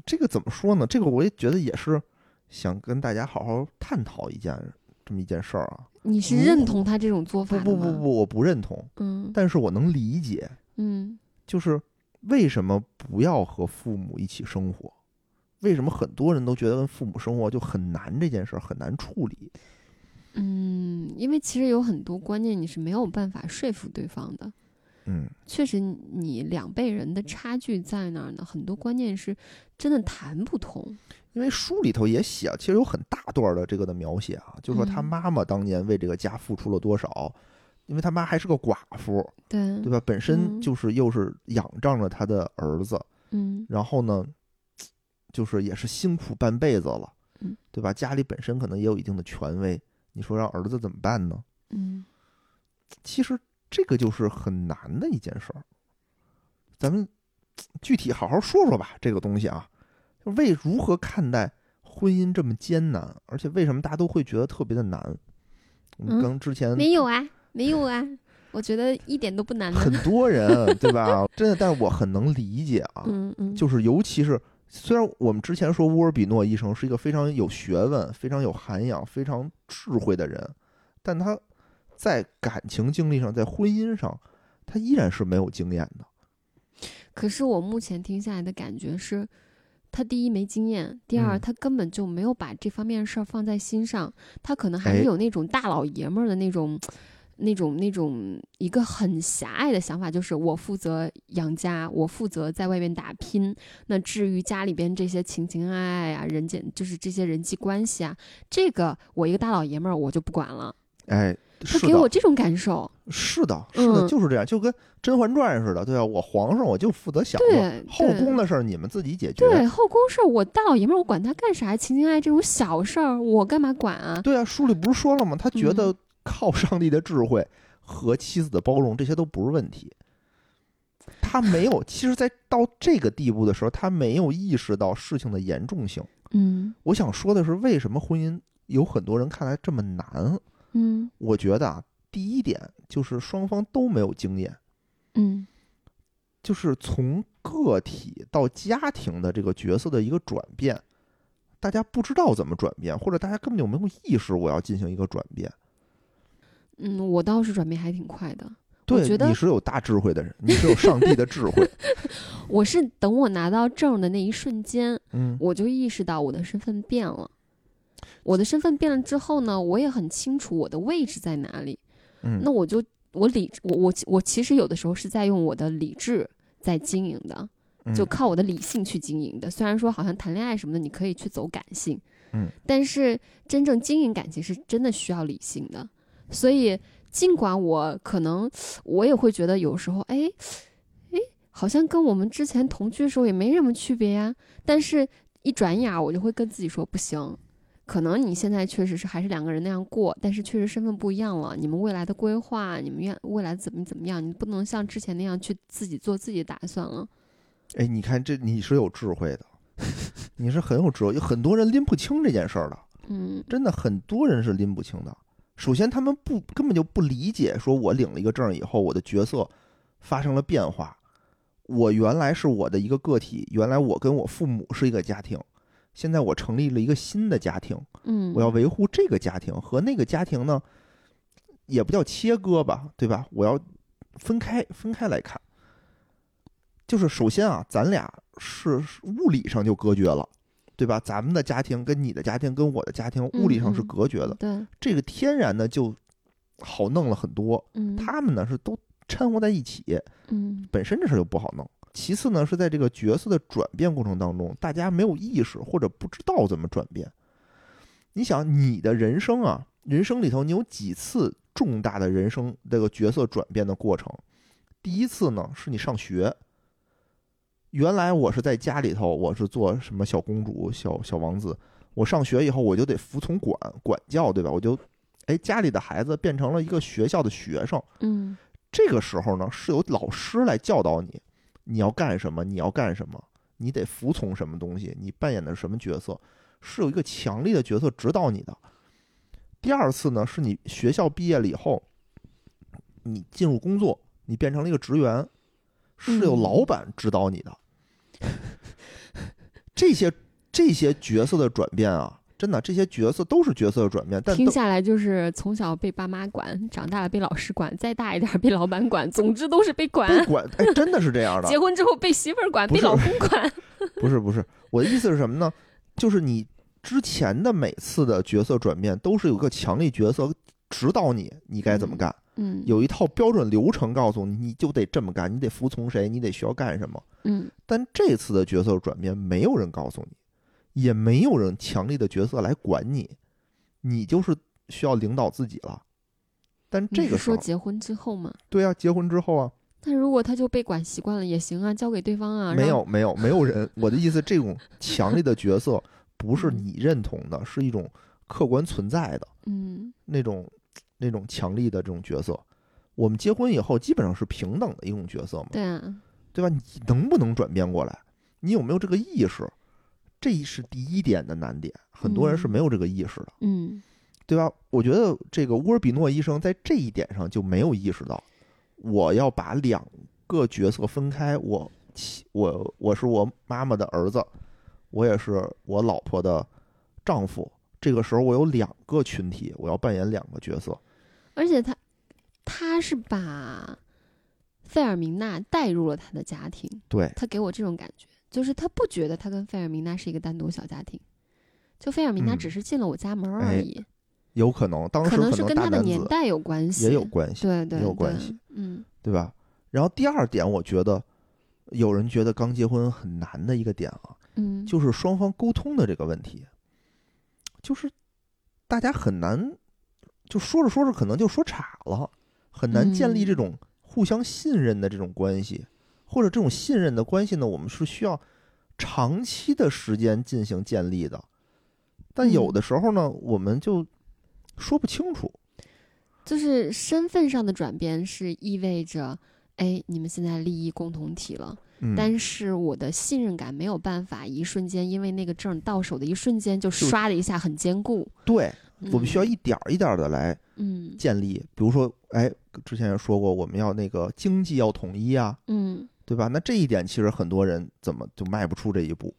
这个怎么说呢？这个我也觉得也是想跟大家好好探讨一件这么一件事儿啊。，
你是
如
认
果
同他这种做法
不
的
不不
吗，
不，我不认同，
嗯
但是我能理解。
嗯
就是为什么不要和父母一起生活？为什么很多人都觉得跟父母生活就很难这件事儿很难处理？
嗯，因为其实有很多观念你是没有办法说服对方的。
嗯，
确实，你两辈人的差距在那儿呢，很多观念是真的谈不通。
因为书里头也写，其实有很大段儿的这个的描写啊，就说他
嗯
妈妈当年为这个家付出了多少，因为他妈还是个寡妇，
对，
对吧？本身
嗯
就是又是仰仗着他的儿子，
嗯
然后呢，就是也是辛苦半辈子了
嗯，
对吧？家里本身可能也有一定的权威，你说让儿子怎么办呢？
嗯，
其实这个就是很难的一件事儿。咱们嘖具体好好说说吧，这个东西啊，就为如何看待婚姻这么艰难，而且为什么大家都会觉得特别的难？我们
嗯
刚之前
没有啊，没有啊，我觉得一点都不难
很
的。
多人对 吧？真的，但是我很能理解啊，
嗯嗯，
就是尤其是虽然我们之前说乌尔比诺医生是一个非常有学问、非常有涵养、非常智慧的人，但他在感情经历上，在婚姻上，他依然是没有经验的。
可是我目前听下来的感觉是，他第一没经验，第二、
嗯
他根本就没有把这方面的事儿放在心上，他可能还
哎
是有那种大老爷们儿的那种。那种那种一个很狭隘的想法，就是我负责养家，我负责在外面打拼。那至于家里边这些情情爱爱啊，人间就是这些人际关系啊，这个我一个大老爷们儿我就不管了。
哎，
他
是
给我
的，
这种感受，
是的，是的，
嗯
就是这样，就跟《甄嬛传》似的，对吧、啊我皇上我就负责享乐
对，
后
对
宫的事儿你们自己解决。
对后宫事儿，我大老爷们儿我管他干啥？情情爱爱这种小事儿，我干嘛管啊？
对啊，书里不是说了吗？他觉得靠上帝的智慧和妻子的包容，这些都不是问题。他没有，其实，在到这个地步的时候，他没有意识到事情的严重性。
嗯
我想说的是，为什么婚姻有很多人看来这么难？
嗯
我觉得啊，第一点就是双方都没有经验，
嗯
就是从个体到家庭的这个角色的一个转变，大家不知道怎么转变，或者大家根本就没有意识我要进行一个转变。
嗯，我倒是转变还挺快的。
对，
觉得
你是有大智慧的人，你是有上帝的智慧。
我是等我拿到证的那一瞬间，
嗯，
我就意识到我的身份变了。我的身份变了之后呢，我也很清楚我的位置在哪里。
嗯
那我就我理我我我其实有的时候是在用我的理智在经营的，
嗯
就靠我的理性去经营的。虽然说好像谈恋爱什么的，你可以去走感性，
嗯，
但是真正经营感情是真的需要理性的。所以，尽管我可能我也会觉得有时候，哎，哎，好像跟我们之前同居的时候也没什么区别呀，但是一转眼儿我就会跟自己说，不行。可能你现在确实是还是两个人那样过，但是确实身份不一样了。你们未来的规划，你们愿未来怎么怎么样，你不能像之前那样去自己做自己的打算了。
哎，你看这你是有智慧的，你是很有智慧，有很多人拎不清这件事儿的，
嗯，
真的很多人是拎不清的。首先，他们不根本就不理解，说我领了一个证儿以后，我的角色发生了变化。我原来是我的一个个体，原来我跟我父母是一个家庭，现在我成立了一个新的家庭，
嗯，
我要维护这个家庭和那个家庭呢，也不叫切割吧，对吧？我要分开分开来看。就是首先啊，咱俩是是物理上就隔绝了，对吧？咱们的家庭跟你的家庭跟我的家庭物理上是
嗯嗯
隔绝的，
对，
这个天然的就好弄了很多。
嗯，
他们呢是都掺和在一起，
嗯
本身这事儿就不好弄。其次呢，是在这个角色的转变过程当中，大家没有意识或者不知道怎么转变。你想，你的人生啊，人生里头你有几次重大的人生这个角色转变的过程？第一次呢，是你上学。原来我是在家里头，我是做什么小公主、小小王子。我上学以后，我就得服从管管教，对吧？我就，哎，家里的孩子变成了一个学校的学生。
嗯
这个时候呢，是由老师来教导你，你要干什么，你要干什么，你得服从什么东西，你扮演的是什么角色，是有一个强力的角色指导你的。第二次呢，是你学校毕业了以后，你进入工作，你变成了一个职员，是由
嗯
老板指导你的。这些这些角色的转变啊，真的，这些角色都是角色的转变，但
听
都
下来就是从小被爸妈管，长大了被老师管，再大一点儿被老板管，总之都是被管。
被管，哎，真的是这样的。
结婚之后被媳妇儿管，
不
被
是
老公 管。
不是不是，我的意思是什么呢？就是你之前的每次的角色转变，都是有个强力角色指导你，你该怎么
嗯
干，
嗯，
有一套标准流程告诉你，你就得这么干，你得服从谁，你得需要干什么。
嗯
但这次的角色转变，没有人告诉你，也没有人强力的角色来管你，你就是需要领导自己了。但
你
这
是
个时
说
候，
结婚之后吗？
对啊，结婚之后啊，
那如果他就被管习惯了也行啊，交给对方啊。
没
让
有没有没有人，我的意思，这种强烈的角 色不是你认同的，是一种客观存在的
嗯
那种那种强力的这种角色。我们结婚以后基本上是平等的一种角色嘛，
对啊，
对吧？你能不能转变过来？你有没有这个意识？这是第一点的难点，很多人是
嗯
没有这个意识的，
嗯
对吧？我觉得这个乌尔比诺医生在这一点上就没有意识到，我要把两个角色分开，我妻我我是我妈妈的儿子，我也是我老婆的丈夫。这个时候我有两个群体，我要扮演两个角色。
而且他他是把费尔明娜带入了他的家庭。
对，
他给我这种感觉，就是他不觉得他跟费尔明娜是一个单独小家庭，就费尔明娜
嗯
只是进了我家门
哎
而已，
有可能当时
可能是跟
大
他的
男
年
子
代有关系，
也有关系，
对对
也有
对
关系，
嗯
对吧？然后第二点，我觉得有人觉得刚结婚很难的一个点啊，
嗯，
就是双方沟通的这个问题，就是大家很难就说着说着可能就说岔了，很难建立这
嗯
种互相信任的这种关系，或者这种信任的关系呢，我们是需要长期的时间进行建立的，但有
嗯
的时候呢，我们就说不清楚，
就是身份上的转变是意味着。哎，你们现在利益共同体了，
嗯，
但是我的信任感没有办法一瞬间，因为那个证到手的一瞬间就唰的一下很坚固。
对我们需要
嗯
一点儿一点儿的来
嗯
建立，比如说，哎，之前也说过，我们要那个经济要统一啊，
嗯
对吧？那这一点其实很多人怎么就迈不出这一步？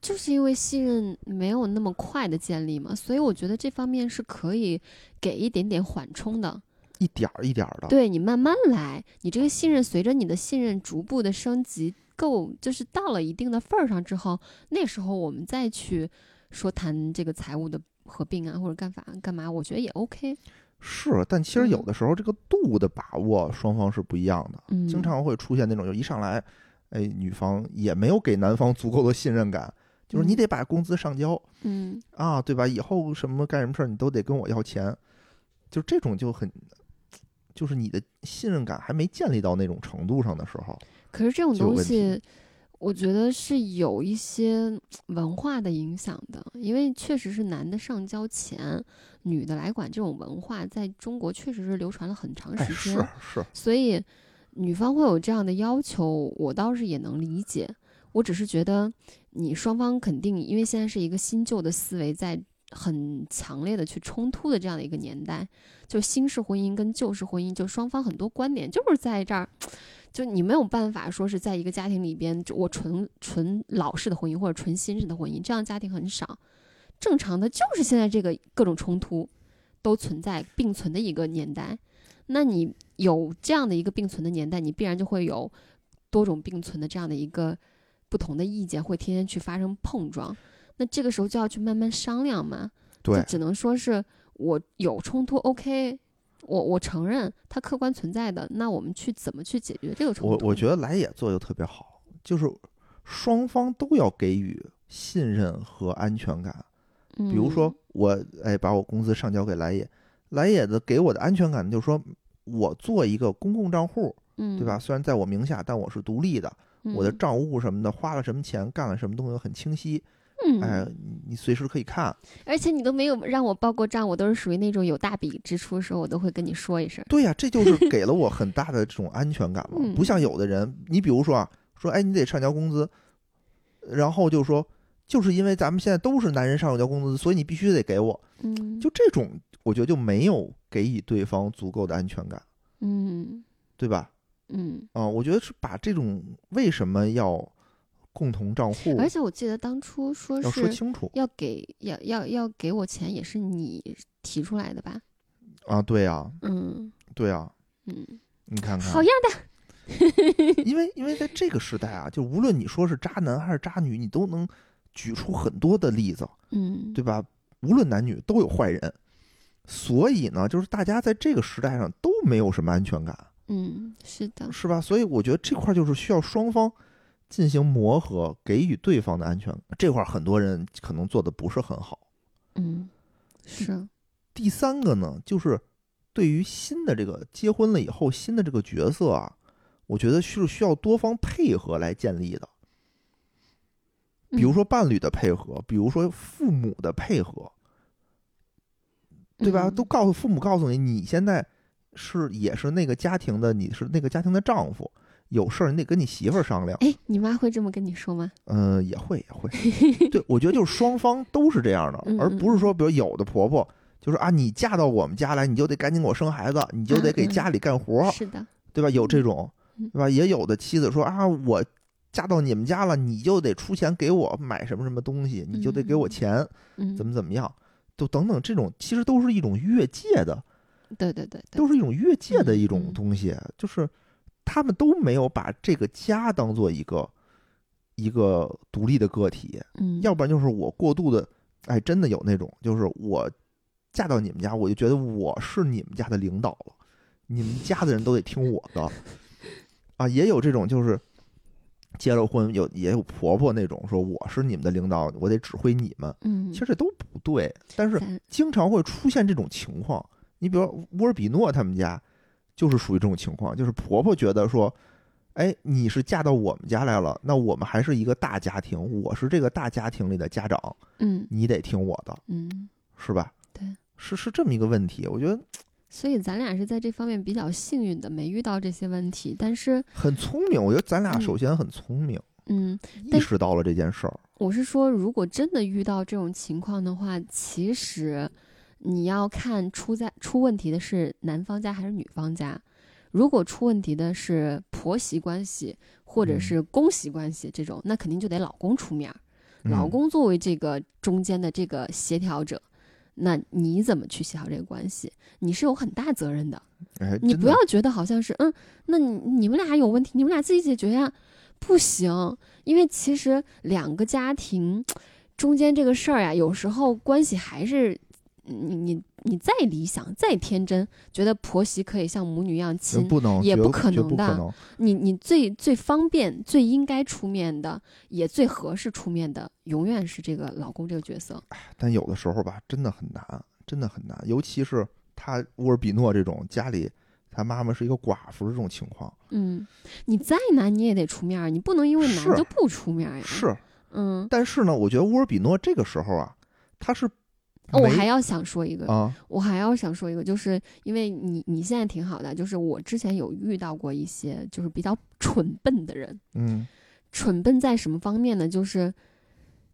就是因为信任没有那么快的建立嘛，所以我觉得这方面是可以给一点点缓冲的。
一点儿一点儿的，
对你慢慢来，你这个信任随着你的信任逐步的升级，够就是到了一定的份儿上之后，那时候我们再去说谈这个财务的合并啊，或者干法干嘛，我觉得也 OK。
是。但其实有
嗯
的时候这个度的把握，双方是不一样的。
嗯，
经常会出现那种，就一上来，哎，女方也没有给男方足够的信任感，就是你
嗯
得把工资上交
嗯，
啊，对吧？以后什么干什么事儿你都得跟我要钱，就这种就很，就是你的信任感还没建立到那种程度上的时候，
可是这种
就有
东
问
西，我觉得是有一些嗯文化的影响的，因为确实是男的上交钱，女的来管这种文化，在中国确实是流传了很长
哎，
时
是
间，
是，
所以女方会有这样的要求，我倒是也能理解。我只是觉得你双方肯定，因为现在是一个新旧的思维在很强烈的去冲突的这样的一个年代，就新式婚姻跟旧式婚姻，就双方很多观点就是在这儿，就你没有办法说是在一个家庭里边，就我纯纯老式的婚姻或者纯新式的婚姻，这样家庭很少。正常的就是现在这个各种冲突都存在并存的一个年代，那你有这样的一个并存的年代，你必然就会有多种并存的这样的一个不同的意见会天天去发生碰撞。那这个时候就要去慢慢商量嘛，就
对，
只能说是我有冲突，OK，我我承认它客观存在的，那我们去怎么去解决这个冲
我
突？
我觉得来也做就特别好，就是双方都要给予信任和安全感。
嗯，
比如说我哎把我工资上交给来也，来也的给我的安全感就是说我做一个公共账户，
嗯，嗯，嗯
对吧？虽然在我名下，但我是独立的，我的账务什么的，花了什么钱，干了什么东西很清晰，
嗯，
哎，你你随时可以看。
而且你都没有让我报过账，我都是属于那种有大笔支出的时候，我都会跟你说一声。
对呀、这 就是给了我很大的这种安全感嘛。
嗯
不像有的人，你比如说啊，说哎你得上交工资，然后就说就是因为咱们现在都是男人上交工资，所以你必须得给我。
嗯，
就这种，我觉得就没有给予对方足够的安全感，
嗯
对吧？
嗯。
啊、我觉得是把这种为什么要共同账户
而且我记得当初说
要说
是
清楚
要给要要要给我钱，也是你提出来的吧？
啊，对啊，
嗯
对啊，
嗯，
你看看，
好样的，
因为因为在这个时代啊，就无论你说是渣男还是渣女，你都能举出很多的例子，
嗯，
对吧？无论男女都有坏人，所以呢，就是大家在这个时代上都没有什么安全感，
嗯，是的，
是吧？所以我觉得这块就是需要双方进行磨合，给予对方的安全感。这块很多人可能做的不是很好。
嗯，是，
第三个呢，就是对于新的这个结婚了以后新的这个角色啊，我觉得是需要多方配合来建立的。比如说伴侣的配合，比如说父母的配合，
嗯
对吧？都告诉父母告诉你，你现在是也是那个家庭的，你是那个家庭的丈夫，有事儿你得跟你媳妇儿商量。
哎，你妈会这么跟你说吗？
嗯、也会也会，对我觉得就是双方都是这样的
嗯，
而
嗯
不是说比如有的婆婆。就是啊，你嫁到我们家来，你就得赶紧给我生孩子，你就得给
嗯嗯
家里干活，
是的，
对吧？有这种
嗯，
对吧？也有的妻子说啊，我嫁到你们家了，你就得出钱给我买什么什么东西，你就得给我钱，
嗯，
怎么怎么样，都等等，这种其实都是一种越界的，
对对对对，
都是一种越界的一
嗯
种
嗯
东西，就是他们都没有把这个家当做一个一个独立的个体，
嗯，
要不然就是我过度的，哎，真的有那种，就是我嫁到你们家，我就觉得我是你们家的领导了，你们家的人都得听我 的，啊，也有这种就是结了婚有也有婆婆那种说我是你们的领导，我得指挥你们，
嗯，
其实这都不对，但是
咱
经常会出现这种情况。你比如说乌尔比诺他们家就是属于这种情况，就是婆婆觉得说，哎，你是嫁到我们家来了，那我们还是一个大家庭，我是这个大家庭里的家长，
嗯
你得听我的，
嗯，
是吧？
对，
是是这么一个问题，我觉得
所以咱俩是在这方面比较幸运的，没遇到这些问题，但是，
很聪明。我觉得咱俩
嗯
首先很聪明，
嗯，
意
但
识到了这件事儿。
我是说，如果真的遇到这种情况的话，其实你要看出在出问题的是男方家还是女方家。如果出问题的是婆媳关系或者
嗯
是公媳关系这种，那肯定就得老公出面儿。
嗯
老公作为这个中间的这个协调者，那你怎么去协调这个关系？你是有很大责任的。
哎，
你
真
不
的
要觉得好像是嗯，那你你们俩有问题，你们俩自己解决呀，不行，因为其实两个家庭中间这个事儿呀，有时候关系还是你你你再理想再天真，觉得婆媳可以像母女一样亲，
不能
也
绝
不可
绝
能
不
的
可能。
你你最最方便、最应该出面的，也最合适出面的，永远是这个老公这个角色。
但有的时候吧，真的很难，真的很难，尤其是他沃尔比诺这种家里他妈妈是一个寡妇这种情况，
嗯，你再难你也得出面儿，你不能因为难
是
就不出面儿呀。，
是。
嗯，
但是呢，我觉得沃尔比诺这个时候啊，他是
哦
没
我还要想说一个，
啊，
我还要想说一个，就是因为你你现在挺好的，就是我之前有遇到过一些就是比较 蠢笨的人，
嗯
蠢笨在什么方面呢？就是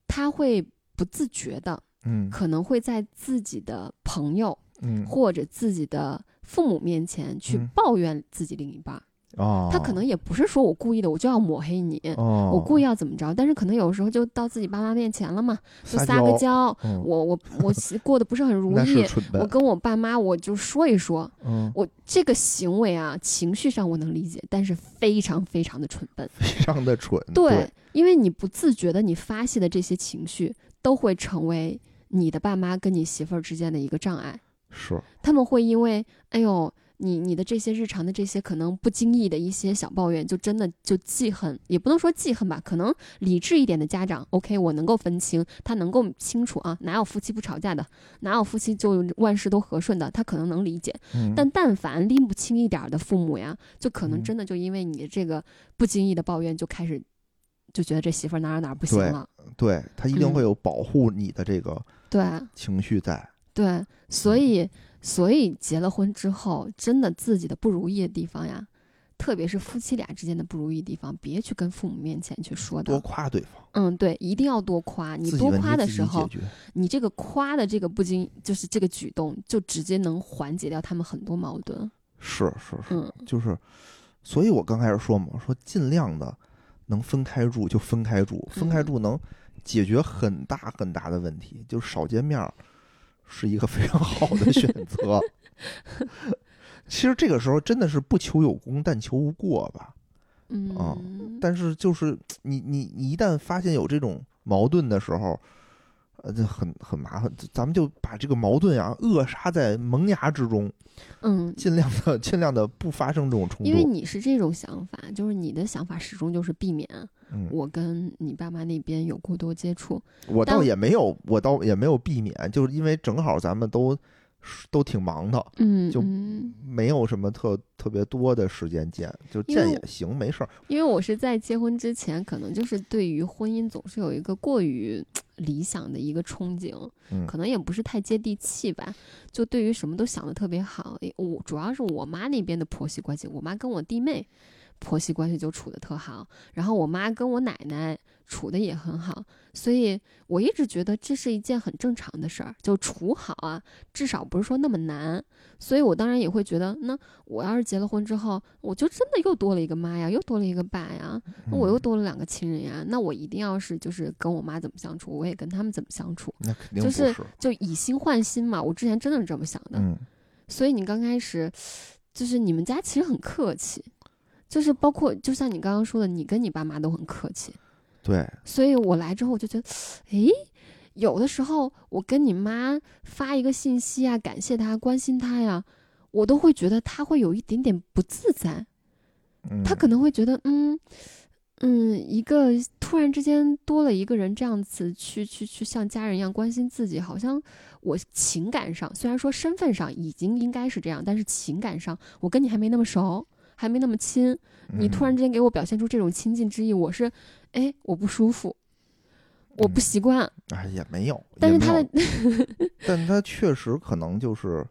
他会不自觉的，
嗯
可能会在自己的朋友
嗯
或者自己的父母面前去
嗯
抱怨自己另一半儿，
啊，
他可能也不是说我故意的，我就要抹黑你。
哦，
我故意要怎么着，但是可能有时候就到自己爸妈面前了嘛，就
撒
撒个娇，
嗯
我我我过得不是很 如
那
意
是，蠢
我
笨，
跟我爸妈我就说一说，
嗯，
我这个行为啊，情绪上我能理解，但是非常非常的蠢笨。
非常的蠢，
对，
嗯对，
因为你不自觉的，你发泄的这些情绪都会成为你的爸妈跟你媳妇儿之间的一个障碍。
是，
他们会因为，哎呦，你你的这些日常的这些可能不经意的一些小抱怨，就真的就记恨，也不能说记恨吧，可能理智一点的家长，OK，我能够分清，他能够清楚啊，哪有夫妻不吵架的，哪有夫妻就万事都和顺的，他可能能理解。
嗯
但但凡拎不清一点儿的父母呀，就可能
嗯
真的就因为你这个不经意的抱怨，就开始就觉得这媳妇儿哪儿哪儿不行
对
了。
对他一定
嗯
会有保护你的这个
对
情绪在，
对，所
嗯
以所以结了婚之后，真的自己的不如意的地方呀，特别是夫妻俩之间的不如意地方，别去跟父母面前去说
多
的。
夸对方，
嗯，对，一定要多夸。你
自己
多
问题
夸的
自己
时候
解，决，
你这个夸的这个不经，就是这个举动，就直接能缓解掉他们很多矛盾。
是是是，
嗯，
就是，所以我刚开始说嘛，说尽量的能分开住就分开住，分开
嗯
住能解决很大很大的问题，就少见面儿是一个非常好的选 择。其实这个时候真的是不求有功，但求无过吧。
嗯，
哦但是就是你你你一旦发现有这种矛盾的时候，呃，这很很麻烦。咱们就把这个矛盾啊扼杀在萌芽之中，
嗯，
尽量的尽量的不发生这种冲
因为
突。
你是这种想法，就是你的想法始终就是避免
嗯。
我跟你爸妈那边有过多接触。
我
但
倒也没有，我倒也没有避免，就是因为正好咱们都都挺忙的，
嗯，
就
嗯
没有什么特特别多的时间见，就
因为
见
我
也行，没事儿。
因为我是在结婚之前，可能就是对于婚姻总是有一个过于理想的一个憧憬，
嗯
可能也不是太接地气吧。就对于什么都想的特别好，诶我主要是我妈那边的婆媳关系，我妈跟我弟妹婆媳关系就处的特好，然后我妈跟我奶奶处的也很好，所以我一直觉得这是一件很正常的事儿，就处好啊，至少不是说那么难。所以我当然也会觉得，那我要是结了婚之后，我就真的又多了一个妈呀，又多了一个爸呀，那我又
嗯
多了两个亲人呀，那我一定要是就是跟我妈怎么相处，我也跟他们怎么相处，
那肯定
就
不
是就以心换心嘛。我之前真的是这么想的，
嗯，
所以你刚开始就是你们家其实很客气，就是包括就像你刚刚说的，你跟你爸妈都很客气，
对，
所以我来之后我就觉得，诶，有的时候我跟你妈发一个信息啊，感谢她、关心她呀，我都会觉得她会有一点点不自在，
嗯
她可能会觉得，嗯嗯，一个突然之间多了一个人这样子去去去像家人一样关心自己，好像我情感上虽然说身份上已经应该是这样，但是情感上我跟你还没那么熟，还没那么亲，你
嗯
突然之间给我表现出这种亲近之意，我是，哎，我不舒服，我不
嗯
习惯。
哎也没有，
但
也
是
没
他
有
的，
但他确实可能就是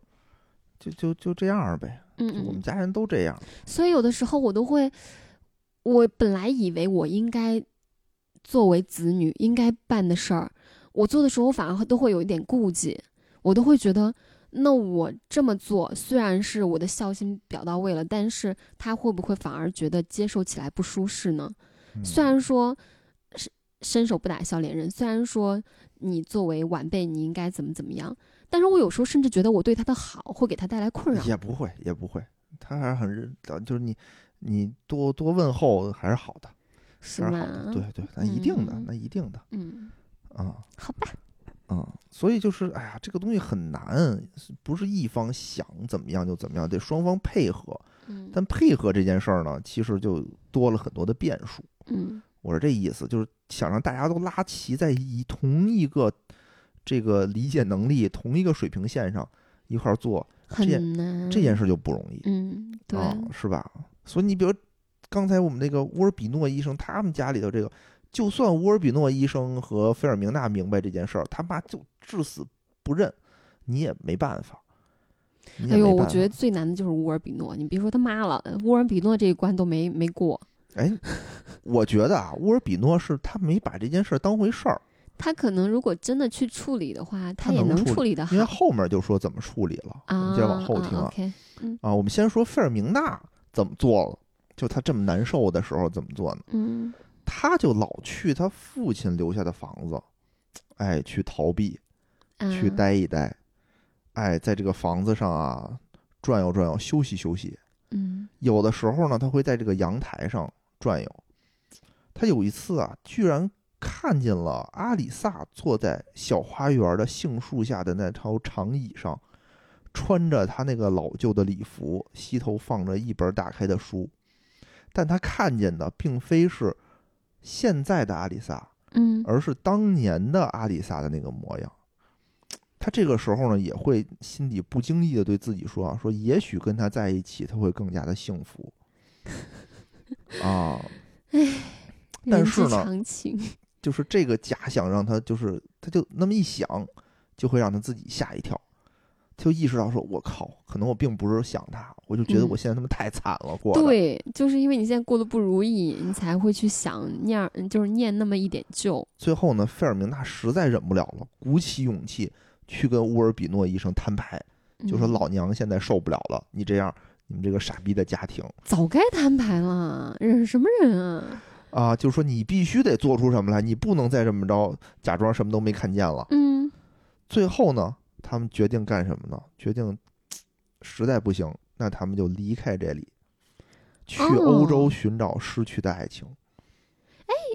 就就就这样儿呗，
嗯
就我们
嗯，
家人都这样，
所以有的时候我都会，我本来以为我应该作为子女应该办的事儿，我做的时候反而都会有一点顾忌，我都会觉得，那我这么做虽然是我的孝心表到位了，但是他会不会反而觉得接受起来不舒适呢？
嗯
虽然说伸伸手不打笑脸人，虽然说你作为晚辈你应该怎么怎么样，但是我有时候甚至觉得我对他的好会给他带来困扰。
也不会，也不会，他还是很认，就是你你多多问候还是好的，
是
还是好
吗
的，？对对，那一定的，
嗯
那一定的
嗯，
啊
好吧，
啊，所以就是哎呀，这个东西很难，不是一方想怎么样就怎么样，得双方配合。
嗯
但配合这件事儿呢，其实就多了很多的变数。
嗯
我是这意思，就是想让大家都拉齐在一同一个这个理解能力、同一个水平线上一块儿做件
很难
这件事就不容易，
嗯，对，
啊，是吧？所以你比如刚才我们那个乌尔比诺医生，他们家里头这个，就算乌尔比诺医生和菲尔明娜明白这件事儿，他妈就至死不认，你也没办法。你也
哎呦，
没
我
办
觉得
法，
最难的就是乌尔比诺，你别说他妈了，乌尔比诺这一关都没没过。
哎，我觉得啊，乌尔比诺是他没把这件事儿当回事儿，
他可能如果真的去处理的话，
他
也
能
能
处
处理啊的好
因为后面就说怎么处理了，我
啊。
们接着往后听
啊
啊。
，OK，
啊，我们先说费尔明娜怎么做了，就她这么难受的时候怎么做呢？
嗯
她就老去她父亲留下的房子，哎，去逃避，
啊，
去待一待，哎，在这个房子上啊转悠转悠，休息休息。
嗯
有的时候呢，她会在这个阳台上转悠。她有一次啊，居然看见了阿里萨坐在小花园的杏树下的那条长椅上，穿着她那个老旧的礼服，膝头放着一本打开的书。但她看见的并非是现在的阿里萨，
嗯
而是当年的阿里萨的那个模样。她这个时候呢，也会心里不经意的对自己说啊，说也许跟他在一起，他会更加的幸福。啊，但
人
是
之
呢
常情，
就是这个假想让他就是，他就那么一想，就会让他自己吓一跳，他就意识到说，我靠，可能我并不是想他，我就觉得
嗯
我现在他妈太惨了，过得
对，就是因为你现在过得不如意，你才会去想念儿，就是念那么一点旧。
最后呢，费尔明娜实在忍不了了，鼓起勇气去跟乌尔比诺医生摊牌，就说
嗯
老娘现在受不了了，你这样，你们这个傻逼的家庭
早该摊牌了，忍什么忍啊？
啊，就说你必须得做出什么来，你不能再这么着假装什么都没看见了。
嗯
最后呢，他们决定干什么呢？决定嘖实在不行，那他们就离开这里，去
哦
欧洲寻找失去的爱情。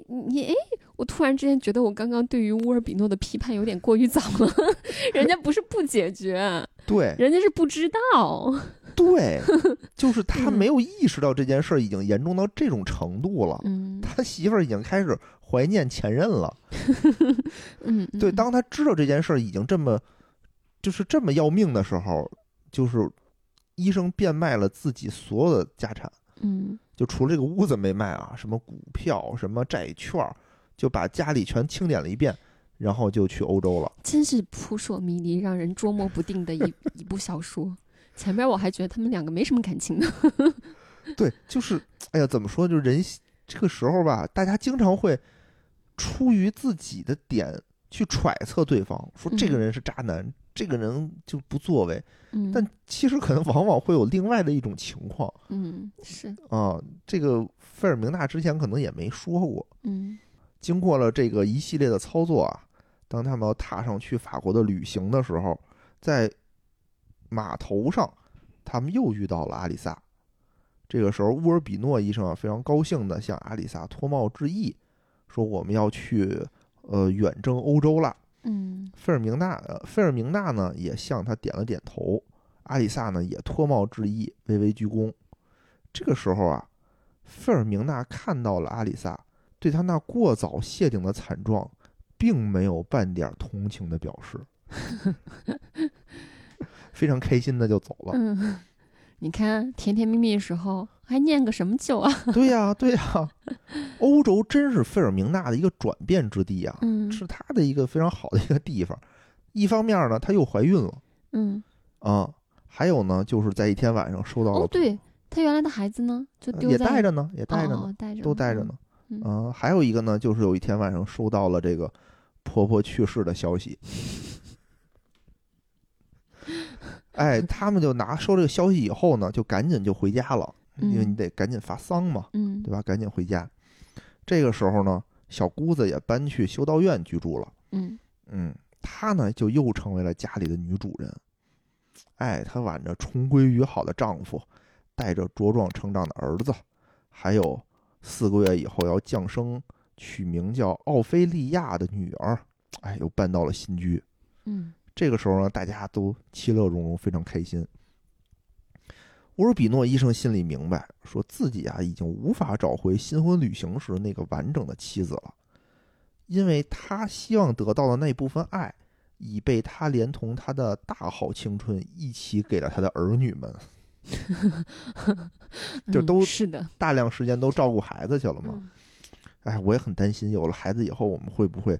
你哎，我突然之间觉得我刚刚对于乌尔比诺的批判有点过于早了， 人家不是不解决，
对
人家是不知道。
对，就是他
嗯
没有意识到这件事儿已经严重到这种程度了。
嗯
他媳妇儿已经开始怀念前任了。
嗯，
对，
嗯
当他知道这件事儿已经这么，就是这么要命的时候，就是医生变卖了自己所有的家产，
嗯
就除了这个屋子没卖啊，什么股票、什么债券儿，就把家里全清点了一遍，然后就去欧洲 了。
真是扑朔迷离，让人捉摸不定的一 一部小说。前面我还觉得他们两个没什么感情呢。
对，就是，哎呀，怎么说？就是人这个时候吧，大家经常会出于自己的点去揣测对方，说这个
嗯
人是渣男，这个人就不作为。
嗯，
但其实可能往往会有另外的一种情况
嗯是
啊、这个费尔明娜之前可能也没说过。
嗯
经过了这个一系列的操作啊，当他们要踏上去法国的旅行的时候，在码头上，他们又遇到了阿里萨。这个时候，乌尔比诺医生啊非常高兴地向阿里萨脱帽致意，说我们要去呃远征欧洲了。
嗯
费尔明娜，呃，费尔明娜呢也向他点了点头，阿里萨呢也脱帽致意，微微鞠躬。这个时候啊，费尔明娜看到了阿里萨，对他那过早谢顶的惨状，并没有半点同情的表示，非常开心的就走了。
嗯，你看甜甜蜜蜜的时候还念个什么旧啊？
对呀、对呀、欧洲真是费尔明娜的一个转变之地啊，
嗯
是她的一个非常好的一个地方。一方面呢，她又怀孕了。
嗯
啊、还有呢，就是在一天晚上收到了，
哦，对他原来的孩子呢，就
呃
丢
也
在
带着呢，也带着呢，
哦带着
都带着呢。。
嗯
啊、还有一个呢，就是有一天晚上收到了这个婆婆去世的消息，哎，他们就拿收这个消息以后呢，就赶紧就回家了，因为
嗯
你得赶紧发丧嘛，
嗯
对吧？赶紧回家。这个时候呢，小姑子也搬去修道院居住了。
嗯
嗯，她呢就又成为了家里的女主人。哎，她挽着重归于好的丈夫，带着茁壮成长的儿子，还有四个月以后要降生、取名叫奥菲利亚的女儿，哎，又搬到了新居。
嗯
这个时候呢，大家都其乐融融，非常开心。乌尔比诺医生心里明白，说自己啊已经无法找回新婚旅行时那个完整的妻子了，因为他希望得到的那部分爱，已被他连同他的大好青春一起给了他的儿女们，就
嗯
都
是的
大量时间都照顾孩子去了嘛。
嗯
哎，我也很担心，有了孩子以后，我们会不会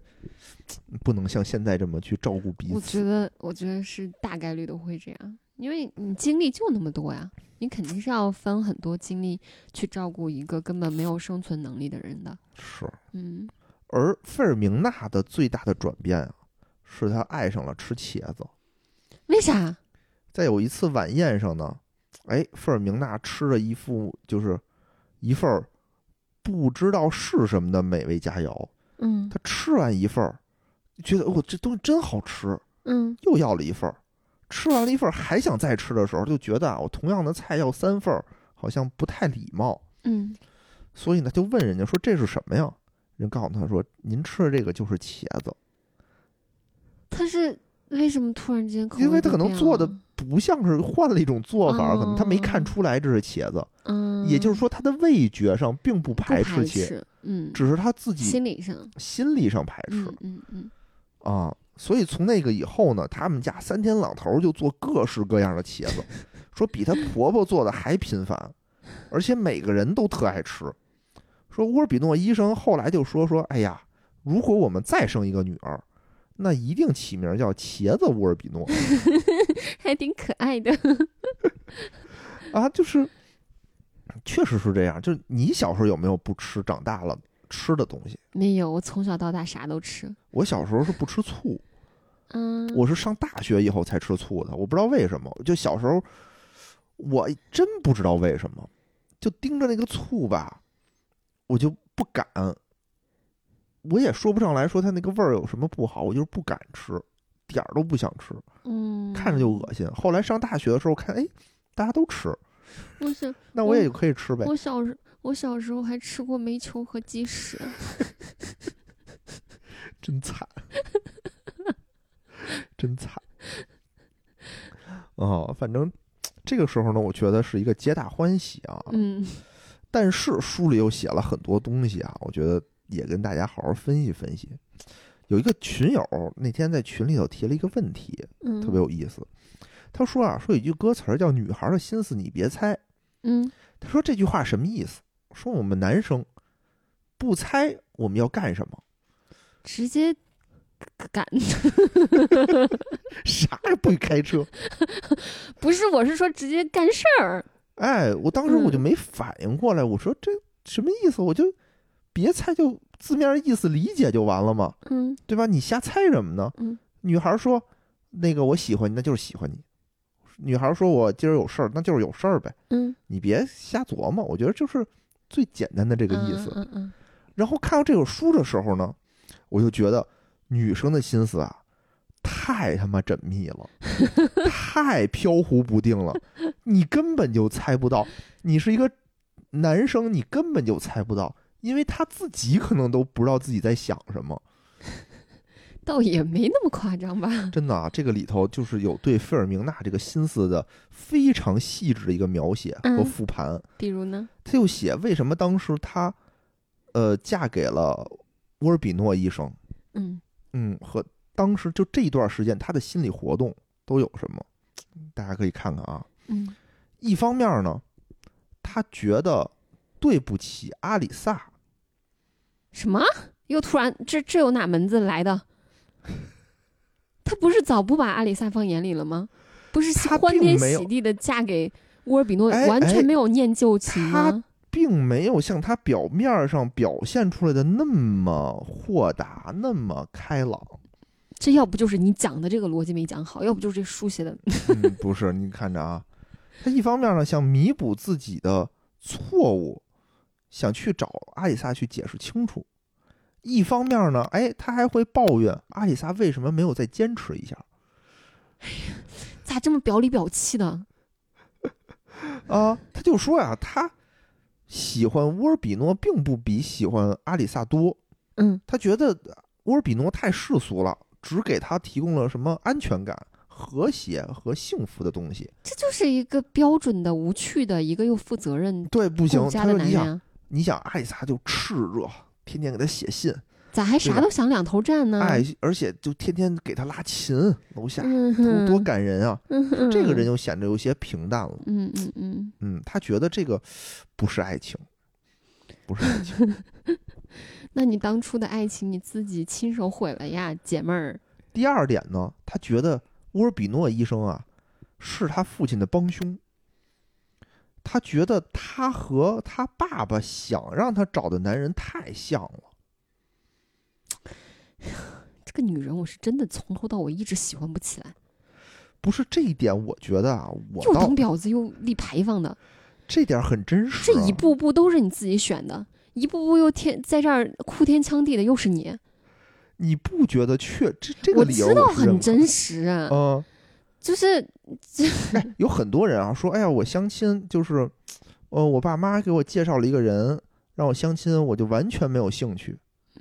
嗯不能像现在这么去照顾彼
我觉
此？
得，我觉得是大概率都会这样，因为你精力就那么多呀，你肯定是要分很多精力去照顾一个根本没有生存能力的人的。
是。
嗯
而费尔明娜的最大的转变啊，是她爱上了吃茄子。
为啥？
在有一次晚宴上呢，哎，费尔明娜吃了一副就是一份儿不知道是什么的美味佳肴，
嗯
她吃完一份儿，觉得哦这东西真好吃，
嗯
又要了一份儿。吃完了一份儿还想再吃的时候，就觉得啊，我同样的菜要三份儿，好像不太礼貌。
嗯
所以呢，就问人家说这是什么呀？人告诉他说，您吃的这个就是茄子。
他是为什么突然之间口味
因
都变了？
为他可能做的不像是换了一种做法，
哦
可能他没看出来这是茄子，
嗯，
也就是说他的味觉上并不
不排
斥茄，
嗯，
只是他自己
心理上，
心理上排斥
嗯嗯嗯
啊。所以从那个以后呢，他们家三天两头就做各式各样的茄 子，说比她婆婆做的还频繁，而且每个人都特爱吃。说乌尔比诺医生后来就说说，哎呀，如果我们再生一个女儿，那一定起名叫茄子乌尔比诺。
还挺可爱的。
啊，就是确实是这样。就是你小时候有没有不吃长大了吃的东西？
没有，我从小到大啥都吃。
我小时候是不吃醋，
嗯，
我是上大学以后才吃醋的。我不知道为什么，就小时候我真不知道为什么，就盯着那个醋吧，我就不敢。我也说不上来说它那个味儿有什么不好，我就是不敢吃，点儿都不想吃，
嗯
看着就恶心。后来上大学的时候看，哎，大家都吃，
我是
那我也可以吃呗。
嗯我小时我小时候还吃过煤球和鸡屎，
啊真惨，真惨。哦，反正这个时候呢，我觉得是一个皆大欢喜啊。
嗯
但是书里又写了很多东西啊，我觉得也跟大家好好分析分析。有一个群友那天在群里头提了一个问题，
嗯，
特别有意思。他说啊，说有一句歌词儿叫“女孩的心思你别猜”，
嗯
他说这句话什么意思？说我们男生不猜我们要干什么。
直接赶
啥也不许开车。
不是我是说直接干事儿，
哎，我当时我就
嗯
没反应过来，我说这什么意思？我就别猜，就字面意思理解就完了嘛，
嗯
对吧？你瞎猜什么呢？
嗯
女孩说那个我喜欢你，那就是喜欢你；女孩说我今儿有事儿，那就是有事儿呗。
嗯，
你别瞎琢磨，我觉得就是最简单的这
这
个意思。
嗯嗯
然后看到这本书的时候呢，我就觉得女生的心思啊，太他妈缜密了，太飘忽不定了，你根本就猜不到。你是一个男生，你根本就猜不到，因为他自己可能都不知道自己在想什么。
嗯，倒也没那么夸张吧，
真的啊，这个里头就是有对费尔明娜这个心思的非常细致的一个描写和
嗯
复盘。
比如呢，
他就写为什么当时她，呃，嫁给了乌尔比诺医生。
嗯
嗯，和当时就这一段时间他的心理活动都有什么，大家可以看看啊。
嗯
一方面呢，他觉得对不起阿里萨，
什么又突然这这有哪门子来的？他不是早不把阿里萨放眼里了吗？不是
他
欢天
并没有
喜地的嫁给乌尔比诺，
哎
完
哎
全没有念旧情
他
吗？
并没有像他表面上表现出来的那么豁达、那么开朗。
这要不就是你讲的这个逻辑没讲好，要不就是这书写的
嗯，不是，你看着啊，他一方面呢想弥补自己的错误，想去找阿里萨去解释清楚；一方面呢，哎，他还会抱怨阿里萨为什么没有再坚持一下
咋这么表里表气的？
啊？他就说呀、他喜欢乌尔比诺并不比喜欢阿里萨多，
嗯，
他觉得乌尔比诺太世俗了，只给他提供了什么安全感、和谐和幸福的东西。
这就是一个标准的无趣的一个又负责任
对，不行，
顾家
他
的
说
男
你
人
想，
啊，
你想阿里萨就炽热，天天给他写信。
咋还
对
啥
吧
都想两头站呢？
哎，而且就天天给他拉琴，楼下
嗯
多
哼，
多感人啊！
嗯哼
这个人，就显得有些平淡了。
嗯嗯嗯，
嗯，他觉得这个不是爱情，不是爱情。
那你当初的爱情你自己亲手毁了呀，姐妹儿。
第二点呢，他觉得乌尔比诺医生啊是他父亲的帮凶，他觉得他和他爸爸想让他找的男人太像了。
这个女人，我是真的从头到尾一直喜欢不起来，
不是这一点，我觉得啊，我
又
倒
当婊子又立牌坊的，
这点很真实、
这
啊。
一步步都是你自己选的，一步步又天在这儿哭天抢地的又是你，
你不觉得确这这个
我
理由
知道
是认
很
可
真
的
实啊，
嗯。
就是
哎，有很多人啊说，哎呀，我相亲就是，呃，我爸妈给我介绍了一个人，让我相亲，我就完全没有兴趣。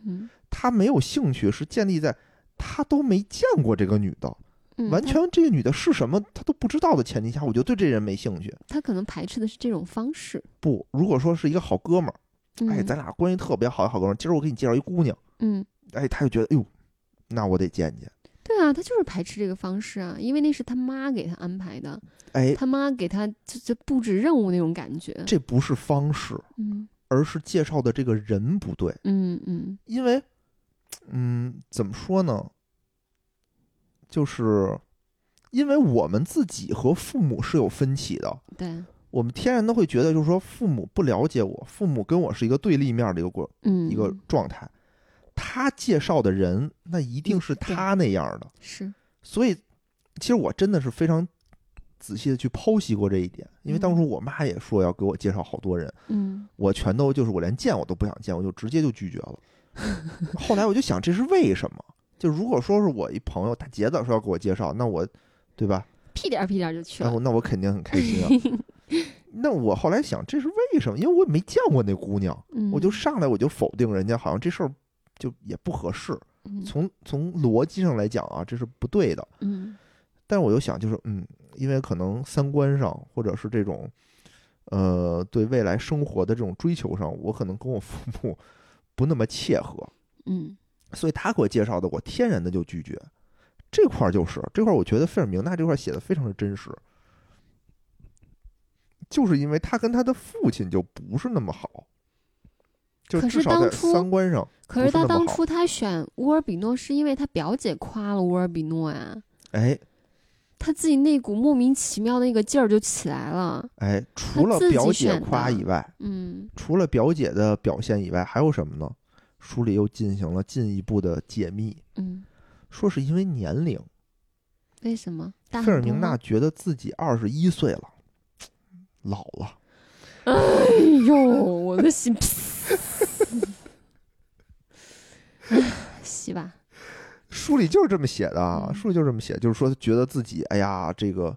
嗯
他没有兴趣是建立在他都没见过这个女的，
嗯，
完
她
全这个女的是什么他都不知道的前提下，我就对这人没兴趣。
他可能排斥的是这种方式。
不，如果说是一个好哥们儿，
嗯、
哎，咱俩关系特别好，好哥们儿，今儿我给你介绍一姑娘，
嗯，
哎，他就觉得，哎呦，那我得见见。
对啊，他就是排斥这个方式啊，因为那是他妈给他安排的，
哎，
他妈给他就就布置任务那种感觉。
这不是方式，
嗯
而是介绍的这个人不对。
嗯嗯
因为，嗯，怎么说呢？就是因为我们自己和父母是有分歧的，
对，
我们天然都会觉得，就是说父母不了解我，父母跟我是一个对立面的一个过
嗯
一个状态。他介绍的人，那一定是他那样的。
是
所以，其实我真的是非常仔细的去剖析过这一点，因为当初我妈也说要给我介绍好多人，
嗯
我全都就是我连见我都不想见，我就直接就拒绝了。后来我就想，这是为什么？就如果说是我一朋友大杰子说要给我介绍，那我，对吧？
屁颠儿屁颠儿就去
那
了。
我那我肯定很开 心啊。那我后来想，这是为什么？因为我也没见过那姑娘，
嗯，
我就上来我就否定人家，好像这事儿就也不合适。
嗯
从从逻辑上来讲啊，这是不对的。
嗯
但是我又想，就是嗯，因为可能三观上，或者是这种，呃，对未来生活的这种追求上，我可能跟我父母 不那么切合，
嗯
所以他给我介绍的，我天然的就拒绝。这块儿就是这块儿，我觉得费尔明娜这块儿写的非常的真实，就是因为他跟他的父亲就不是那么好，就
可
至
是
少在
当初
三观上，不
可是
是
他
那么
当
好
初他选乌尔比诺是因为他表姐夸了乌尔比诺啊，
哎
他自己那股莫名其妙的那个劲儿就起来了。
哎，除了
自己
表姐
选的
夸以外，
嗯
除了表姐的表现以外，还有什么呢？书里又进行了进一步的解密，
嗯，
说是因为年龄，
为什么？大
费
很
尔
多
明娜
吗
觉得自己二十一岁了，老了。
哎呦，我的心，唉洗吧。
书里就是这么写的啊，
嗯
书里就是这么写，就是说觉得自己哎呀，这个